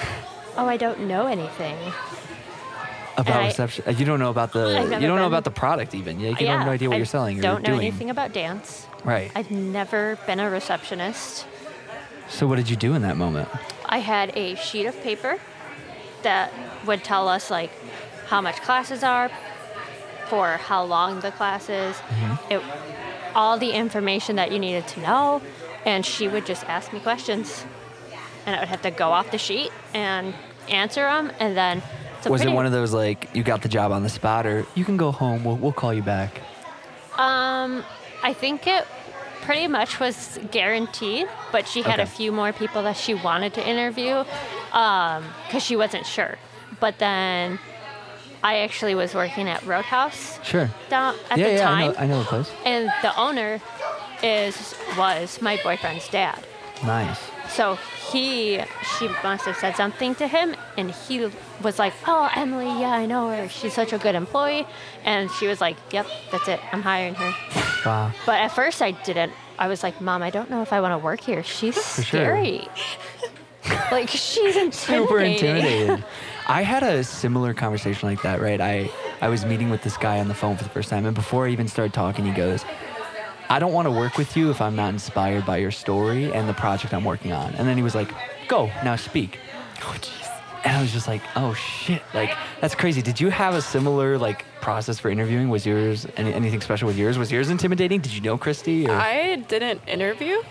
Speaker 19: oh, I don't know anything.
Speaker 1: about
Speaker 19: I-
Speaker 1: reception. You don't know about the
Speaker 19: I've
Speaker 1: you don't
Speaker 19: never
Speaker 1: know
Speaker 19: been-
Speaker 1: about the product even. Yeah, you don't have no idea what
Speaker 19: I
Speaker 1: you're selling or
Speaker 19: don't know
Speaker 1: doing.
Speaker 19: anything about dance.
Speaker 1: Right.
Speaker 19: I've never been a receptionist.
Speaker 1: So what did you do in that moment?
Speaker 19: I had a sheet of paper that would tell us like how much classes are, for how long the class is,
Speaker 1: Mm-hmm.
Speaker 19: it, all the information that you needed to know, and she would just ask me questions, and I would have to go off the sheet and answer them, and then. so
Speaker 1: was it
Speaker 19: pretty-
Speaker 1: one of those like you got the job on the spot or you can go home? We'll, we'll call you back.
Speaker 19: Um, I think it pretty much was guaranteed, but she had a
Speaker 1: Okay.
Speaker 19: few more people that she wanted to interview because she wasn't sure. But then I actually was working at Roadhouse
Speaker 1: Sure.
Speaker 19: down at
Speaker 1: yeah,
Speaker 19: the
Speaker 1: yeah,
Speaker 19: time,
Speaker 1: I know, I know the place.
Speaker 19: and the owner is was my boyfriend's dad.
Speaker 1: Nice.
Speaker 19: So he, she must have said something to him, and he was like, "Oh, Emily, yeah, I know her. She's such a good employee." And she was like, "Yep, that's it. I'm hiring her."
Speaker 1: Wow.
Speaker 19: But at first, I didn't. I was like, Mom, I don't know if I want to work here. She's
Speaker 1: For sure.
Speaker 19: scary. like she's intimidating.
Speaker 1: super intimidated. I had a similar conversation like that, right? I, I was meeting with this guy on the phone for the first time, and before I even started talking, he goes, I don't want to work with you if I'm not inspired by your story and the project I'm working on. And then he was like, Go, now speak. Oh, jeez. And I was just like, Oh, shit. Like, that's crazy. Did you have a similar, like, process for interviewing? Was yours any, anything special with yours? Was yours intimidating? Did you know Christy? Or?
Speaker 20: I didn't interview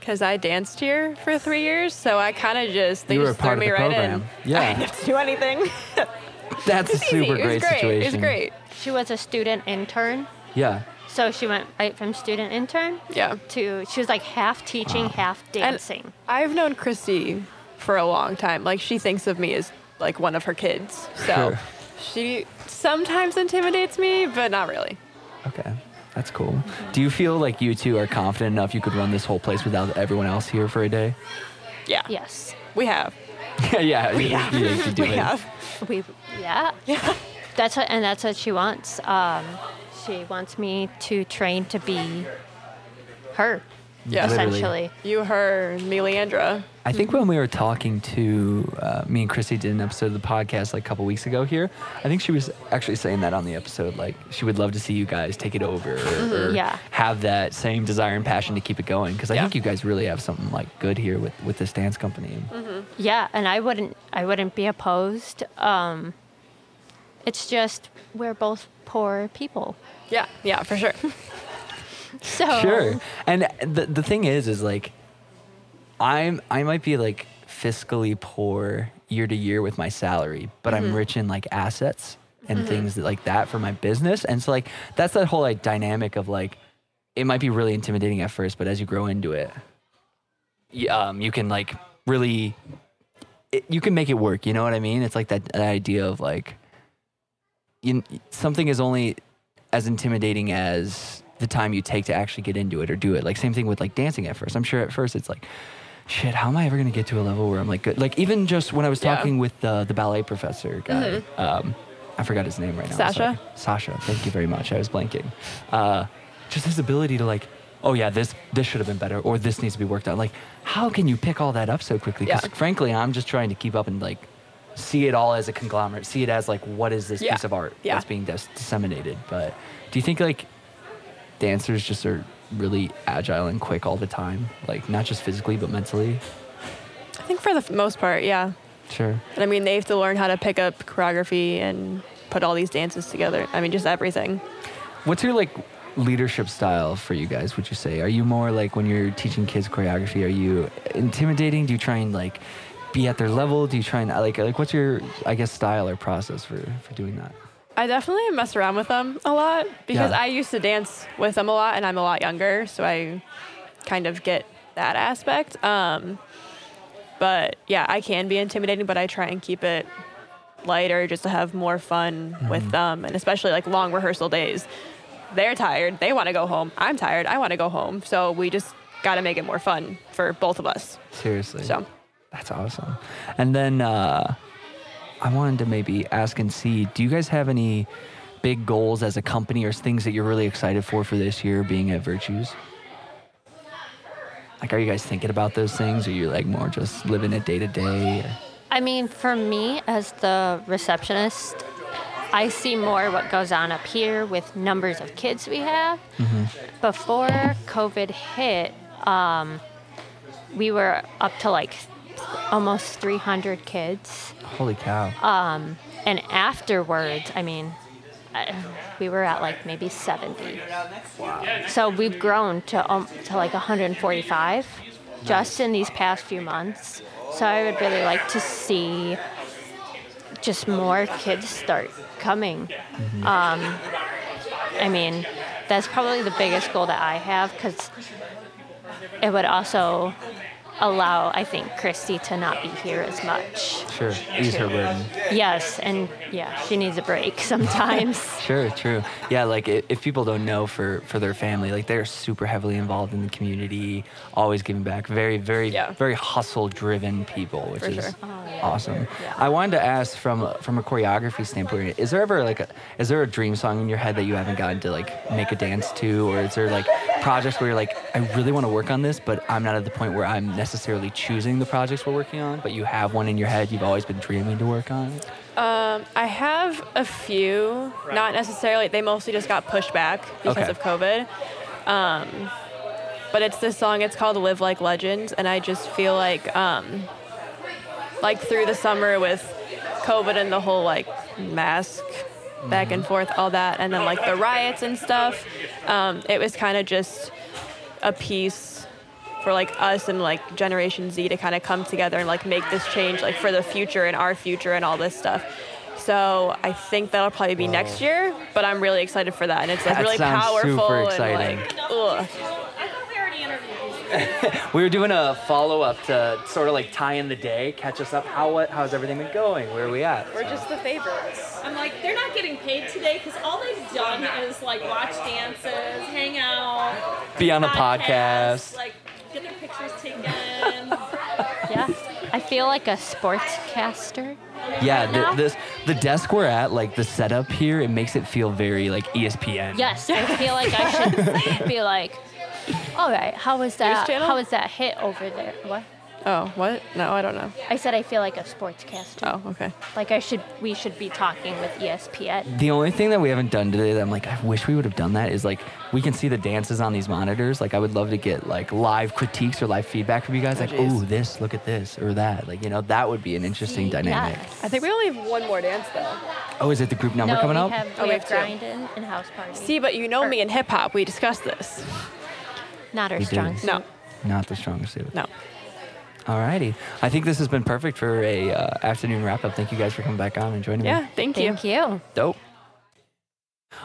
Speaker 20: because I danced here for three years, so I kind of just they
Speaker 1: You were
Speaker 20: just
Speaker 1: a part of
Speaker 20: threw me
Speaker 1: the
Speaker 20: right
Speaker 1: program.
Speaker 20: in.
Speaker 1: Yeah.
Speaker 20: I didn't have to do anything.
Speaker 1: That's a
Speaker 20: It's easy.
Speaker 1: super
Speaker 20: It
Speaker 1: great,
Speaker 20: was great. It was
Speaker 1: situation.
Speaker 20: great.
Speaker 19: She was a student intern,
Speaker 1: Yeah.
Speaker 19: so she went right from student intern.
Speaker 20: Yeah.
Speaker 19: To she was like half teaching, half dancing.
Speaker 20: I've known Christy for a long time. Like she thinks of me as like one of her kids. So
Speaker 1: Sure.
Speaker 20: she sometimes intimidates me, but not really.
Speaker 1: Okay. That's cool. Do you feel like you two are confident enough you could run this whole place without everyone else here for a day?
Speaker 20: Yeah.
Speaker 19: Yes.
Speaker 20: We have.
Speaker 1: yeah, yeah.
Speaker 20: We
Speaker 1: Uh, you-
Speaker 20: have.
Speaker 1: you think you do
Speaker 20: We
Speaker 1: it.
Speaker 20: have.
Speaker 19: We yeah. Yeah. That's what and that's what she wants. Um, She wants me to train to be her,
Speaker 1: Yeah. Literally.
Speaker 19: essentially.
Speaker 20: You, her, and Meleandra.
Speaker 1: I think when we were talking to uh, me and Chrissy did an episode of the podcast like a couple weeks ago here. I think she was actually saying that on the episode, like she would love to see you guys take it over or,
Speaker 20: Mm-hmm,
Speaker 19: Mhm.
Speaker 1: or
Speaker 19: Yeah.
Speaker 1: have that same desire and passion to keep it going because I think you guys really have something like good here with with this dance company.
Speaker 19: Mm-hmm. Yeah, and I wouldn't I wouldn't be opposed. Um, it's just we're both poor people.
Speaker 20: Yeah, yeah, for sure.
Speaker 19: so
Speaker 1: Sure. And the the thing is, is like, I'm I might be like fiscally poor year to year with my salary, but I'm
Speaker 13: Mhm.
Speaker 1: rich in like assets and
Speaker 13: Mhm.
Speaker 1: things that, like that for my business. And so like that's that whole like dynamic of like, it might be really intimidating at first, but as you grow into it, y- um, you can like really, it, you can make it work. You know what I mean? It's like that, that idea of like, you, something is only as intimidating as the time you take to actually get into it or do it. Like same thing with like dancing at first. I'm sure at first it's like, shit, how am I ever gonna get to a level where I'm like good? Like even just when I was
Speaker 13: Yeah.
Speaker 1: talking with the the ballet professor guy,
Speaker 13: Mhm.
Speaker 1: um, I forgot his name right now.
Speaker 13: Sasha?
Speaker 1: sorry. Sasha. Thank you very much. I was blanking. Uh, just his ability to like. Oh yeah, this this should have been better, or this needs to be worked on. Like, how can you pick all that up so quickly? Because
Speaker 13: Yeah.
Speaker 1: frankly, I'm just trying to keep up and like see it all as a conglomerate, see it as like what is this
Speaker 13: Yeah.
Speaker 1: piece of art
Speaker 13: Yeah.
Speaker 1: that's being dis- disseminated. But do you think like dancers just are really agile and quick all the time, like not just physically but mentally?
Speaker 20: I think for the f- most part, yeah.
Speaker 1: Sure.
Speaker 20: And I mean, they have to learn how to pick up choreography and put all these dances together. I mean, just everything.
Speaker 1: What's your like leadership style for you guys? Would you say are you more like when you're teaching kids choreography? Are you intimidating? Do you try and like be at their level? Do you try and like like what's your I guess style or process for for doing that?
Speaker 20: I definitely mess around with them a lot because
Speaker 1: Yeah.
Speaker 20: I used to dance with them a lot and I'm a lot younger, so I kind of get that aspect. Um, but yeah, I can be intimidating, but I try and keep it lighter just to have more fun
Speaker 1: Mm-hmm.
Speaker 20: with them and especially like long rehearsal days. They're tired, they want to go home. I'm tired, I want to go home. So we just got to make it more fun for both of us.
Speaker 1: Seriously.
Speaker 20: So.
Speaker 1: That's awesome. And then uh, I wanted to maybe ask and see do you guys have any big goals as a company or things that you're really excited for for this year being at Virtues? Like, are you guys thinking about those things? Or are you like more just living it day to day?
Speaker 19: I mean, for me as the receptionist, I see more what goes on up here with numbers of kids we have. Before COVID hit, um, we were up to like almost 300 kids.
Speaker 1: Holy cow.
Speaker 19: Um, and afterwards, I mean, I, we were at like maybe 70. So we've grown to um, to like 145 just in these past few months. So I would really like to see just more kids start coming.
Speaker 1: Mm-hmm.
Speaker 19: Um, I mean, that's probably the biggest goal that I have because it would also allow, I think, Christy to not be here as much.
Speaker 1: Sure. Ease her burden.
Speaker 19: Yes, and yeah, she needs a break sometimes.
Speaker 1: Sure, true. Yeah, like i if people don't know for for their family, like they're super heavily involved in the community, always giving back. Very, very, very hustle driven people, which
Speaker 13: For
Speaker 1: is
Speaker 13: sure.
Speaker 1: awesome. I wanted to ask from a- from a choreography standpoint, is there ever like a is there a dream song in your head that you haven't gotten to like make a dance to, or is there like projects where you're like, I really want to work on this, but I'm not at the point where I'm necessarily choosing the projects we're working on, but you have one in your head you've always been dreaming to work on?
Speaker 20: Um, I have a few, not necessarily. They mostly just got pushed back because
Speaker 1: Okay.
Speaker 20: of COVID. Um, but it's this song. It's called "Live Like Legends," and I just feel like, um, like through the summer with COVID and the whole like mask back and forth, all that, and then like the riots and stuff. Um, it was kind of just a piece for like us and like generation z to kind of come together and like make this change like for the future and our future and all this stuff so i think that'll probably be next year but i'm really excited for that and it's like
Speaker 1: That
Speaker 20: really
Speaker 1: sounds
Speaker 20: powerful
Speaker 1: super
Speaker 20: and like ugh.
Speaker 1: We were doing a follow up to sort of like tie in the day, catch us up. How what? How's everything been going? Where are we at?
Speaker 21: We're just the favorites. I'm like, they're not getting paid today because all they've done is like watch dances, hang out,
Speaker 1: Be on a
Speaker 21: podcasts,
Speaker 1: podcast.
Speaker 21: like get their pictures taken.
Speaker 19: yeah, I feel like a sportscaster.
Speaker 1: Yeah,
Speaker 19: right now?
Speaker 1: the, this the desk we're at, like the setup here, it makes it feel very like E ESPN.
Speaker 19: Yes, I feel like I should be like, all right, how was that? How was that hit over there? What?
Speaker 20: Oh, what? No, I don't know.
Speaker 19: I said I feel like a sportscaster.
Speaker 20: Oh, okay.
Speaker 19: Like I should, we should be talking with E ESPN.
Speaker 1: The only thing that we haven't done today that I'm like, I wish we would have done that is like we can see the dances on these monitors. Like I would love to get like live critiques or live feedback from you guys.
Speaker 20: Oh,
Speaker 1: like,
Speaker 20: geez.
Speaker 1: oh, this, look at this or that. Like you know, that would be an interesting dynamic.
Speaker 20: I think we only have one more dance though.
Speaker 1: Oh, is it the group number
Speaker 19: no,
Speaker 1: coming
Speaker 19: we
Speaker 1: up?
Speaker 19: Have,
Speaker 20: Oh,
Speaker 19: we
Speaker 20: we
Speaker 19: have
Speaker 20: have two.
Speaker 19: grind in and house party.
Speaker 20: See, but you know me in hip hop. We discussed this.
Speaker 19: Not our
Speaker 1: We
Speaker 19: strong
Speaker 1: did.
Speaker 19: suit.
Speaker 20: No.
Speaker 1: Not the strongest suit.
Speaker 20: No.
Speaker 1: Alrighty, I think this has been perfect for a uh, afternoon wrap up. Thank you guys for coming back on and joining me.
Speaker 20: Yeah. Thank you.
Speaker 19: Thank you.
Speaker 1: Dope.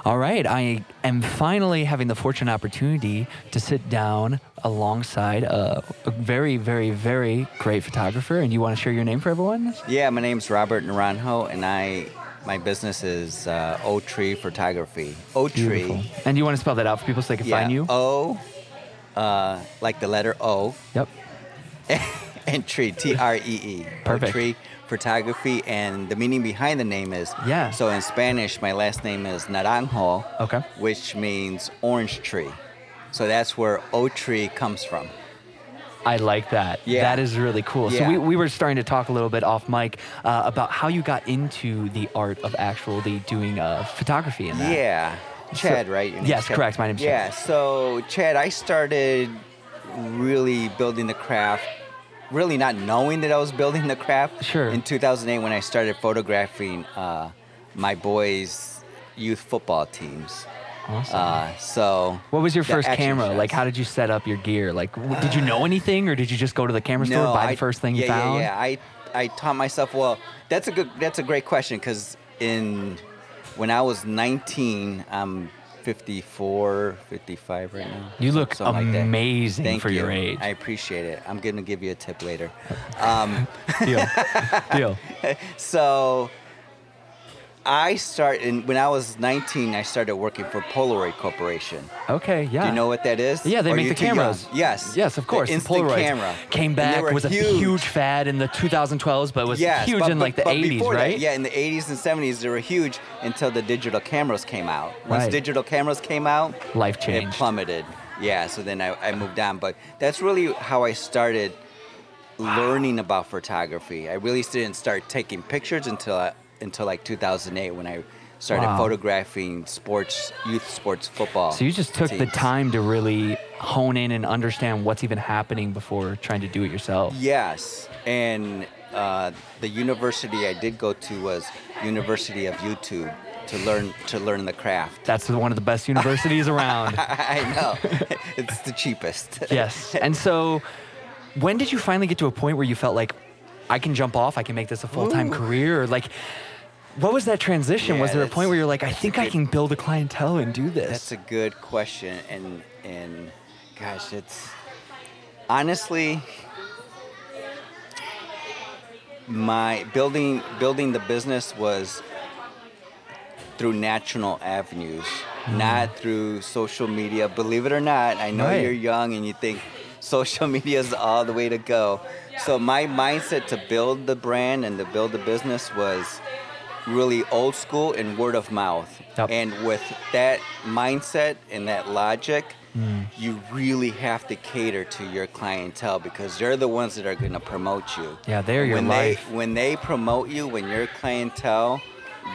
Speaker 1: All right, I am finally having the fortunate opportunity to sit down alongside a, a very, very, very great photographer. And you want to share your name for everyone?
Speaker 22: Yeah, my name's Robert Naranjo, and I my business is uh, O Tree Photography. O
Speaker 1: Beautiful.
Speaker 22: Tree.
Speaker 1: And you want to spell that out for people so they can
Speaker 22: yeah,
Speaker 1: find you?
Speaker 22: O, uh, like the letter O.
Speaker 1: Yep.
Speaker 22: and tree, T R E E.
Speaker 1: Perfect.
Speaker 22: Tree Photography, and the meaning behind the name is.
Speaker 1: Yeah.
Speaker 22: So in Spanish, my last name is Naranjo,
Speaker 1: Okay.
Speaker 22: which means orange tree. So that's where O Tree comes from.
Speaker 1: I like that.
Speaker 22: Yeah.
Speaker 1: That is really cool.
Speaker 22: Yeah.
Speaker 1: So we, we were starting to talk a little bit off mic uh, about how you got into the art of actually doing uh, photography and that.
Speaker 22: Yeah.
Speaker 1: So-
Speaker 22: Chad, right? Your name's
Speaker 1: yes,
Speaker 22: Chad.
Speaker 1: correct. My name's Chad.
Speaker 22: Yeah, so Chad, I started really building the craft, really not knowing that I was building the craft. Sure. In 2008, when I started photographing uh, my boys' youth football teams.
Speaker 1: Awesome.
Speaker 22: Uh, so.
Speaker 1: What was your
Speaker 22: the
Speaker 1: first
Speaker 22: action
Speaker 1: camera?
Speaker 22: shots.
Speaker 1: Like, how did you set up your gear? Like, w- did you know anything, or did you just go to the camera store, buy the
Speaker 22: I-
Speaker 1: first thing
Speaker 22: yeah,
Speaker 1: you found?
Speaker 22: Yeah, yeah. I I taught myself. Well, that's a good. That's a great question because in when I was 19, I'm 54, 55 right now.
Speaker 1: You look
Speaker 22: something like that.
Speaker 1: amazing
Speaker 22: Thank
Speaker 1: for
Speaker 22: you.
Speaker 1: your age.
Speaker 22: I appreciate it. I'm gonna give you a tip later. Um,
Speaker 1: Deal. Deal.
Speaker 22: so I start and when I was 19, I started working for Polaroid Corporation.
Speaker 1: Okay, yeah.
Speaker 22: Do you know what that is?
Speaker 1: Yeah, they
Speaker 22: Or
Speaker 1: make
Speaker 22: you're
Speaker 1: the
Speaker 22: too young?
Speaker 1: cameras.
Speaker 22: Yes.
Speaker 1: Yes, of
Speaker 22: The
Speaker 1: course.
Speaker 22: instant
Speaker 1: Polaroids
Speaker 22: camera.
Speaker 1: came
Speaker 22: And they
Speaker 1: back
Speaker 22: were
Speaker 1: was a
Speaker 22: huge.
Speaker 1: huge fad in the 2012s, but it was
Speaker 22: Yes,
Speaker 1: huge
Speaker 22: but-
Speaker 1: in
Speaker 22: but-
Speaker 1: like the
Speaker 22: but
Speaker 1: 80s,
Speaker 22: before that,
Speaker 1: right?
Speaker 22: yeah, in the 80s and 70s, they were huge until the digital cameras came out. Once
Speaker 1: Right.
Speaker 22: digital cameras came out,
Speaker 1: Life
Speaker 22: It
Speaker 1: changed.
Speaker 22: plummeted. Yeah, so then I, I moved on. But that's really how I started learning about photography. I really didn't start taking pictures until I, until like 2008 when I started
Speaker 1: Wow.
Speaker 22: photographing sports, youth sports football.
Speaker 1: So you just took the
Speaker 22: teams.
Speaker 1: time to really hone in and understand what's even happening before trying to do it yourself.
Speaker 22: Yes, and uh, the university I did go to was University of YouTube to learn to learn the craft.
Speaker 1: That's one of the best universities around.
Speaker 22: I know it's the cheapest.
Speaker 1: yes. And so, when did you finally get to a point where you felt like, I can jump off, I can make this a full time
Speaker 22: Ooh.
Speaker 1: career? Or like, what was that transition? was
Speaker 22: Yeah,
Speaker 1: there a
Speaker 22: that's-
Speaker 1: point where you're like, I
Speaker 22: that's a
Speaker 1: think I
Speaker 22: good-
Speaker 1: can build a clientele and do this?
Speaker 22: That's a good question, and and gosh, it's honestly my building building the business was through natural avenues, not through social media. Believe it or not, I know
Speaker 1: Right.
Speaker 22: you're young and you think social media is all the way to go. So my mindset to build the brand and to build the business was really old school and word of mouth. And with that mindset and that logic,
Speaker 1: Mm.
Speaker 22: you really have to cater to your clientele because they're the ones that are going to promote you.
Speaker 1: Yeah, they're your
Speaker 22: when
Speaker 1: life.
Speaker 22: They, when they promote you, when your clientele,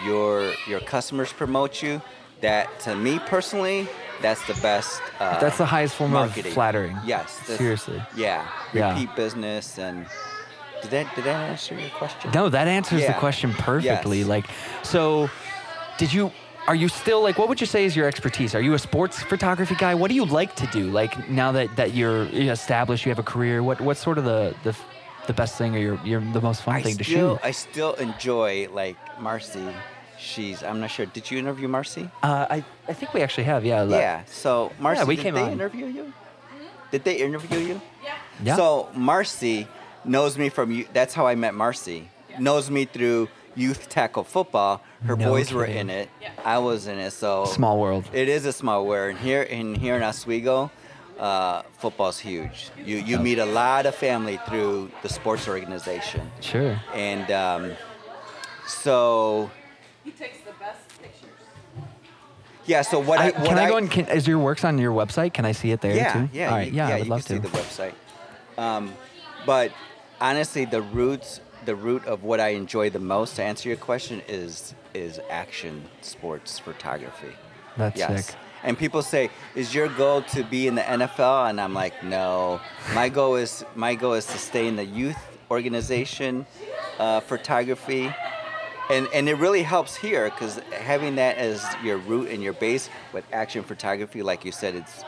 Speaker 22: your your customers promote you, that to me personally, that's the best. Uh,
Speaker 1: That's the highest form of
Speaker 22: marketing.
Speaker 1: flattering.
Speaker 22: Yes. that's-
Speaker 1: Seriously.
Speaker 22: Yeah.
Speaker 1: Yeah.
Speaker 22: Repeat business and. Did that, did that answer your question?
Speaker 1: No, that answers the
Speaker 22: Yeah.
Speaker 1: question perfectly.
Speaker 22: Yes.
Speaker 1: Like, so did you? Are you still like? What would you say is your expertise? Are you a sports photography guy? What do you like to do? Like now that that you're established, you have a career. What what's sort of the the, the best thing or your, your the most fun
Speaker 22: I
Speaker 1: thing to
Speaker 22: still-
Speaker 1: shoot?
Speaker 22: I still enjoy like Marcy. She's I'm not sure. Did you interview Marcy?
Speaker 1: Uh, I I think we actually have yeah. like-
Speaker 22: yeah. So Marcy,
Speaker 1: yeah, we
Speaker 22: did
Speaker 1: came
Speaker 22: they
Speaker 1: on.
Speaker 22: interview you? Did they interview you? Yeah.
Speaker 1: Yeah.
Speaker 22: So Marcy knows me from you. That's how I met Marcy. Knows me through youth tackle football. Her
Speaker 1: No
Speaker 22: boys were
Speaker 1: kidding.
Speaker 22: in it. I was in it. So
Speaker 1: Small world.
Speaker 22: It is a small world. And here in here in Oswego, uh, football's huge. You you meet a lot of family through the sports organization
Speaker 1: Sure.
Speaker 22: and um, So
Speaker 16: He takes the best pictures.
Speaker 22: yeah, so what I,
Speaker 1: I-
Speaker 22: what
Speaker 1: can I, go and can, is your works on your website? Can I see it there
Speaker 22: yeah,
Speaker 1: too?
Speaker 22: Yeah,
Speaker 1: All right,
Speaker 22: you,
Speaker 1: yeah, I would
Speaker 22: you
Speaker 1: love
Speaker 22: can
Speaker 1: to.
Speaker 22: see the website. Um, but honestly, the roots, the root of what I enjoy the most, to answer your question, is is action sports photography.
Speaker 1: That's
Speaker 22: yes.
Speaker 1: sick.
Speaker 22: And people say, "Is your goal to be in the NFL?" And I'm like, "No, my goal is my goal is to stay in the youth organization uh, photography." And, and it really helps here because having that as your root and your base with action photography, like you said, it's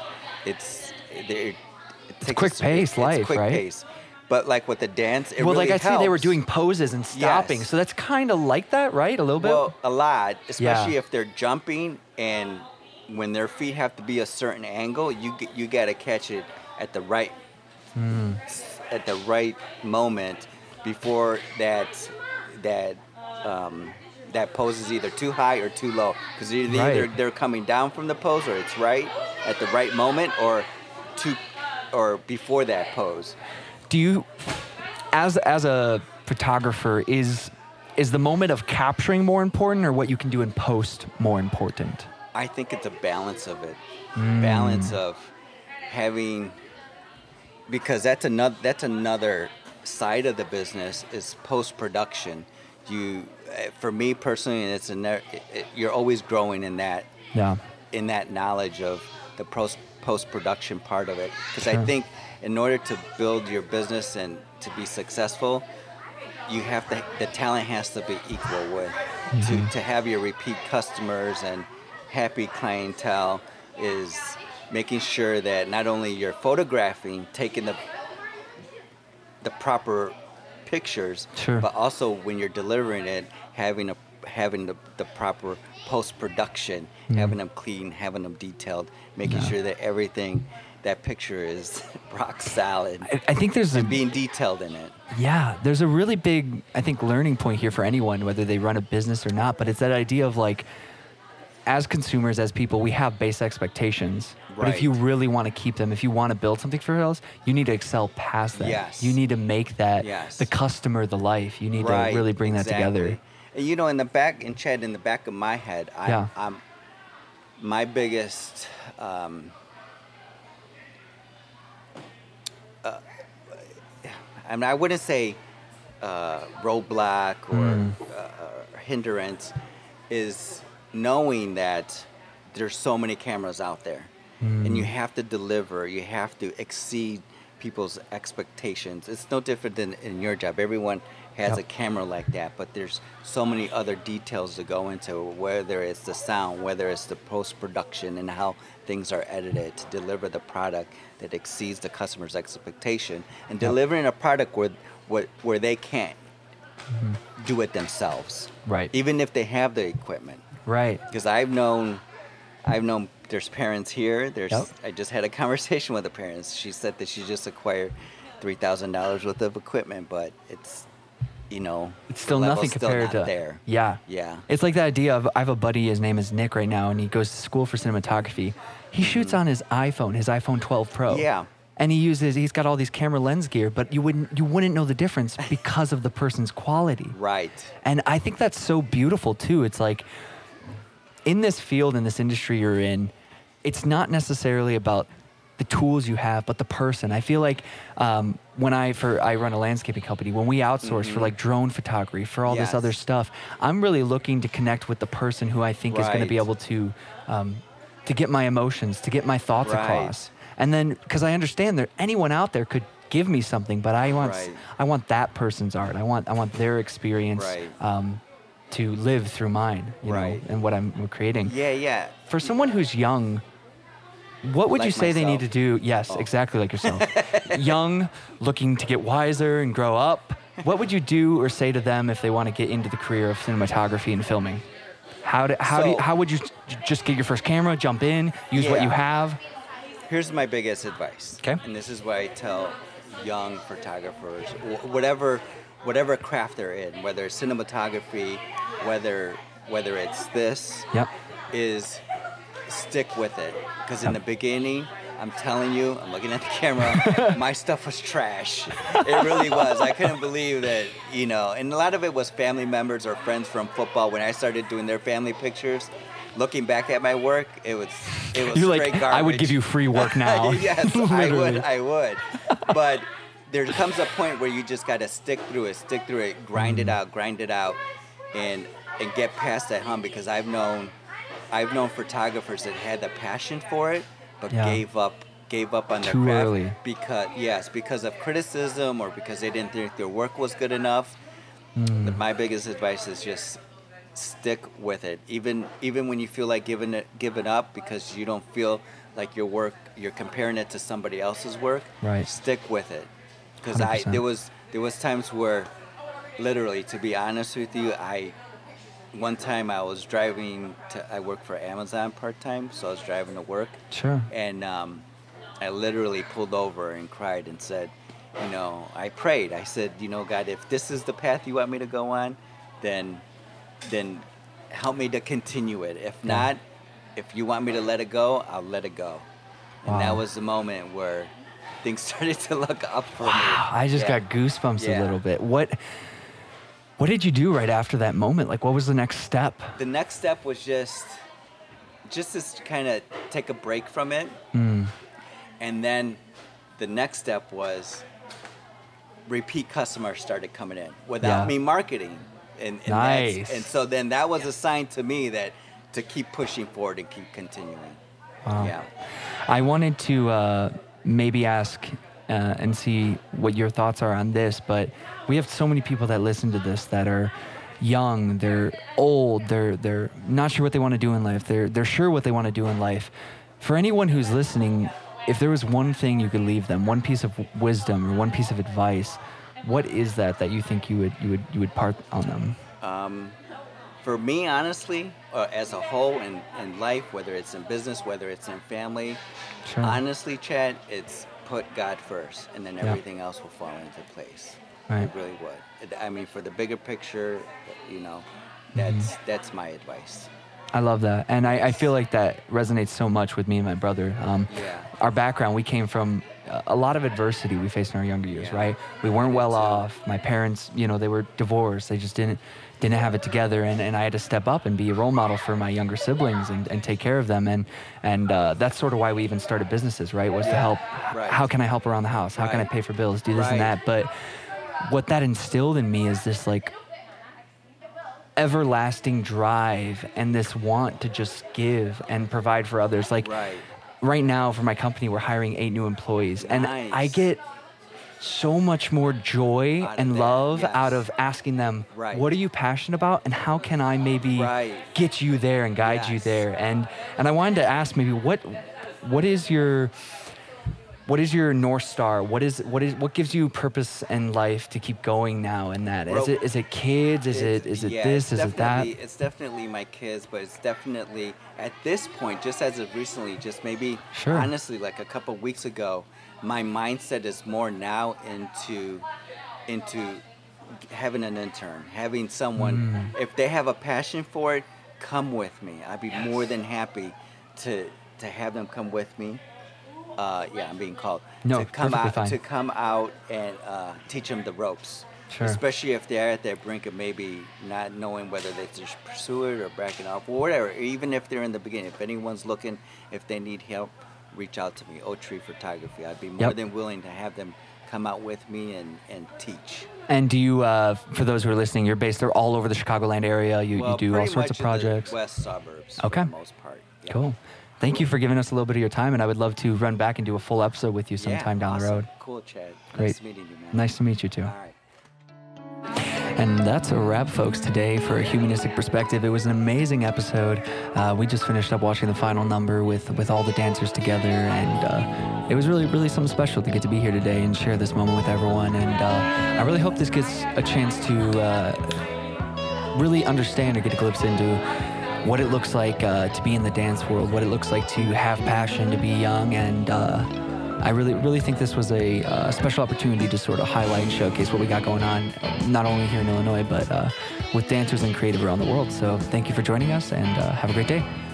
Speaker 22: it's there. It takes
Speaker 1: quick
Speaker 22: us-
Speaker 1: pace
Speaker 22: it's
Speaker 1: life,
Speaker 22: quick
Speaker 1: right?
Speaker 22: pace. But like with the dance, it
Speaker 1: well,
Speaker 22: really
Speaker 1: like I see, they were
Speaker 22: helps.
Speaker 1: doing poses and stopping, so that's kind of like that, right? A little bit.
Speaker 22: Well, a lot, especially if they're jumping and when their feet have to be a certain angle, you g- you gotta catch it at the right
Speaker 1: Mm.
Speaker 22: at the right moment before that that um, that pose is either too high or too low because either
Speaker 1: Right.
Speaker 22: they're, they're coming down from the pose or it's right at the right moment or too or before that pose.
Speaker 1: do you as as a photographer is is the moment of capturing more important or what you can do in post more important
Speaker 22: I think it's a balance of it.
Speaker 1: Mm.
Speaker 22: Balance of having because that's another that's another side of the business is post production. You eh, for me personally and it's a ne- it, it, you're always growing in that
Speaker 1: yeah
Speaker 22: in that knowledge of the post post production part of it because
Speaker 1: Sure.
Speaker 22: I think in order to build your business and to be successful you have to the talent has to be equal with to,
Speaker 1: Mhm.
Speaker 22: to have your repeat customers and happy clientele is making sure that not only you're photographing taking the the proper pictures
Speaker 1: Sure.
Speaker 22: but also when you're delivering it having a having the, the proper post-production
Speaker 1: Mhm.
Speaker 22: having them clean having them detailed making
Speaker 1: Yeah.
Speaker 22: sure that everything that picture is rock solid
Speaker 1: I- I think there's a-
Speaker 22: and being detailed in it
Speaker 1: yeah there's a really big i think learning point here for anyone whether they run a business or not but it's that idea of like as consumers as people we have base expectations but if
Speaker 22: Right.
Speaker 1: you really want to keep them if you want to build something for else you need to excel past that
Speaker 22: Yes.
Speaker 1: you need to make that
Speaker 22: Yes.
Speaker 1: the customer the life you need
Speaker 22: Right,
Speaker 1: to really bring that together
Speaker 22: exactly. And you know, in the back, in Chad, in the back of my head, I,
Speaker 1: Yeah.
Speaker 22: I'm my biggest um, uh, I mean, I wouldn't say uh, roadblock or
Speaker 1: Mm.
Speaker 22: uh, hindrance is knowing that there's so many cameras out there, and you
Speaker 1: Mm.
Speaker 22: have to deliver. You have to exceed people's expectations. It's no different than in your job. Everyone has
Speaker 1: Yep.
Speaker 22: a camera like that, but there's so many other details to go into, whether it's the sound, whether it's the post production, and how things are edited to deliver the product that exceeds the customer's expectation, and
Speaker 1: Yep.
Speaker 22: delivering a product where where, where they can't
Speaker 1: Mm-hmm.
Speaker 22: do it themselves.
Speaker 1: Right.
Speaker 22: Even if they have the equipment.
Speaker 1: right
Speaker 22: Because I've known, I've known. There's parents here. There's.
Speaker 1: Yep.
Speaker 22: I just had a conversation with the parents. She said that she just acquired three thousand dollars worth of equipment, but it's, you know,
Speaker 1: It's still
Speaker 22: the
Speaker 1: nothing
Speaker 22: level's still
Speaker 1: compared
Speaker 22: not
Speaker 1: to
Speaker 22: there.
Speaker 1: Yeah.
Speaker 22: Yeah.
Speaker 1: It's like the idea of I have a buddy, his name is Nick right now, and he goes to school for cinematography. He shoots on his iPhone, his iPhone 12 Pro.
Speaker 22: Hmm. Yeah.
Speaker 1: And he uses he's got all these camera lens gear, but you wouldn't you wouldn't know the difference because of the person's quality.
Speaker 22: Right.
Speaker 1: And I think that's so beautiful too. It's like in this field, in this industry you're in, it's not necessarily about the tools you have, but the person. I feel like um, when I for I run a landscaping company, when we outsource for
Speaker 22: Mm-hmm.
Speaker 13: Mhm.
Speaker 1: like drone photography, for all
Speaker 13: Yes.
Speaker 1: this other stuff, I'm really looking to connect with the person who I think is going to be
Speaker 13: Right.
Speaker 1: able to um, to get my emotions, to get my thoughts
Speaker 13: Right.
Speaker 1: across, and then because I understand that anyone out there could give me something, but I want s-
Speaker 13: Right.
Speaker 1: I want that person's art. I want I want their experience
Speaker 22: Right.
Speaker 1: um, to live through mine, you
Speaker 22: Right.
Speaker 1: know, and what I'm creating.
Speaker 22: Yeah, yeah.
Speaker 1: For someone who's young, what would you
Speaker 22: Like
Speaker 1: say they need to
Speaker 22: myself.
Speaker 1: do? Yes,
Speaker 22: Oh.
Speaker 1: exactly like yourself. young, looking to get wiser and grow up. What would you do or say to them if they want to get into the career of cinematography and filming? How, do, how, do you,
Speaker 22: So-
Speaker 1: how would you j- just get your first camera, jump in, use what
Speaker 22: Yeah.
Speaker 1: you have?
Speaker 22: Here's my biggest advice.
Speaker 1: 'Kay.
Speaker 22: And this is why I tell young photographers, wh- whatever, whatever craft they're in, whether it's cinematography, whether whether it's this,
Speaker 1: Yep.
Speaker 22: is stick with it. Because in the beginning, I'm telling you, I'm looking at the camera. my stuff was trash. It really was. I couldn't believe that, you know. And a lot of it was family members or friends from football. When I started doing their family pictures, looking back at my work, it was it was
Speaker 1: You're
Speaker 22: straight
Speaker 1: like,
Speaker 22: garbage.
Speaker 1: I would give you free work now.
Speaker 22: yes, I would.
Speaker 1: Literally.
Speaker 22: I would. But there comes a point where you just got to stick through it, stick through it, grind
Speaker 1: Mm.
Speaker 22: it out, grind it out, and and get past that hump. Because I've known, I've known photographers that had the passion for it, but
Speaker 1: Yeah.
Speaker 22: gave up, gave up on their
Speaker 1: Too
Speaker 22: craft
Speaker 1: early.
Speaker 22: because yes, because of criticism or because they didn't think their work was good enough.
Speaker 1: Mm.
Speaker 22: My biggest advice is just stick with it, even even when you feel like giving it giving up because you don't feel like your work you're comparing it to somebody else's work.
Speaker 1: Right.
Speaker 22: Stick with it, because I
Speaker 1: 100%.
Speaker 22: there was there was times where, literally, to be honest with you, I one time I was driving to I work for Amazon part time, so I was driving to work.
Speaker 1: Sure.
Speaker 22: And um, I literally pulled over and cried and said, you know, I prayed. I said, you know, God, if this is the path you want me to go on, then then help me to continue it. If not, if you want me to let it go, I'll let it go. And that
Speaker 1: Wow.
Speaker 22: was the moment where things started to look up for me.
Speaker 1: I just
Speaker 22: Yeah.
Speaker 1: got goosebumps
Speaker 22: Yeah.
Speaker 1: a little bit. What What did you do right after that moment? Like, what was the next step?
Speaker 22: The next step was just just to kind of take a break from it.
Speaker 1: Mm.
Speaker 22: And then the next step was repeat customers started coming in without
Speaker 1: Yeah.
Speaker 22: me marketing. And, and that's-
Speaker 1: Nice.
Speaker 22: And so then that was a sign to me that to keep pushing forward and keep continuing.
Speaker 1: Wow.
Speaker 22: Yeah.
Speaker 1: I wanted to uh, maybe ask uh, and see what your thoughts are on this, but we have so many people that listen to this that are young, they're old, they're they're not sure what they want to do in life, they're they're sure what they want to do in life. For anyone who's listening, if there was one thing you could leave them, one piece of wisdom or one piece of advice, what is that that you think you would you would you would part on them?
Speaker 22: Um, for me, honestly, uh, as a whole in, in life, whether it's in business, whether it's in family,
Speaker 1: Sure.
Speaker 22: honestly, Chad, it's put God first, and then
Speaker 1: Yeah.
Speaker 22: everything else will fall into place.
Speaker 1: Right.
Speaker 22: It really would. It- I mean, for the bigger picture, you know,
Speaker 1: Mm-hmm.
Speaker 22: that's that's my advice.
Speaker 1: I love that. And I, I feel like that resonates so much with me and my brother. Um, Our background, we came from a- a lot of adversity we faced in our younger years, right? We weren't well off. My parents, you know, they were divorced. They just didn't didn't have it together. And, and I had to step up and be a role model for my younger siblings and, and take care of them. And, and uh, that's sort of why we even started businesses, right? Was to help.
Speaker 22: Right.
Speaker 1: How can I help around the house? How can I pay for bills? Do this and
Speaker 22: Right.
Speaker 1: that. But what that instilled in me is this like everlasting drive and this want to just give and provide for others. Like right, now for my company, we're hiring eight new employees, and I get so much more joy and love out of asking them,
Speaker 22: Right.
Speaker 1: "What are you passionate about, and how can I maybe get you there and guide you there?" And and I wanted to ask maybe what what is your what is your north star? What is what is what gives you purpose in life to keep going now? And that is
Speaker 22: Well,
Speaker 1: it is it kids? Is it is it
Speaker 22: yeah,
Speaker 1: this?
Speaker 22: it's
Speaker 1: Is it that?
Speaker 22: definitely- It's definitely my kids, but it's definitely at this point, just as of recently, just maybe
Speaker 1: Sure.
Speaker 22: honestly, like a couple weeks ago, my mindset is more now into into having an intern, having someone.
Speaker 1: Mm.
Speaker 22: If they have a passion for it, come with me. I'd be more than happy to to have them come with me. Uh, yeah, I'm being called
Speaker 1: No,
Speaker 22: to come
Speaker 1: perfectly
Speaker 22: out
Speaker 1: fine.
Speaker 22: to come out and uh, teach them the ropes.
Speaker 1: Sure.
Speaker 22: Especially if they're at that brink of maybe not knowing whether they should pursue it or backing off or whatever. Even if they're in the beginning, if anyone's looking, if they need help, reach out to me. Oak Tree Photography. I'd be more
Speaker 1: Yep.
Speaker 22: than willing to have them come out with me and, and teach.
Speaker 1: And do you, uh, for those who are listening, you're based, they're all over the Chicagoland area. You,
Speaker 22: Well,
Speaker 1: you do all
Speaker 22: pretty
Speaker 1: sorts
Speaker 22: much
Speaker 1: of
Speaker 22: in the
Speaker 1: projects.
Speaker 22: west suburbs for
Speaker 1: Okay.
Speaker 22: the most part. Yeah.
Speaker 1: Cool. Thank you for giving us a little bit of your time, and I would love to run back and do a full episode with you
Speaker 22: Yeah,
Speaker 1: sometime down
Speaker 22: awesome.
Speaker 1: the road.
Speaker 22: Cool, Chad.
Speaker 1: Great.
Speaker 22: Nice meeting you, man.
Speaker 1: Nice to meet you too.
Speaker 22: All right.
Speaker 1: And that's a wrap, folks, today for a humanistic perspective. It was an amazing episode. Uh, we just finished up watching the final number with, with all the dancers together, and uh, it was really, really something special to get to be here today and share this moment with everyone. And uh, I really hope this gets a chance to uh, really understand or get a glimpse into what it looks like uh, to be in the dance world, what it looks like to have passion, to be young, and uh, I really, really think this was a uh, special opportunity to sort of highlight and showcase what we got going on, not only here in Illinois, but uh, with dancers and creative around the world. So thank you for joining us, and uh, have a great day.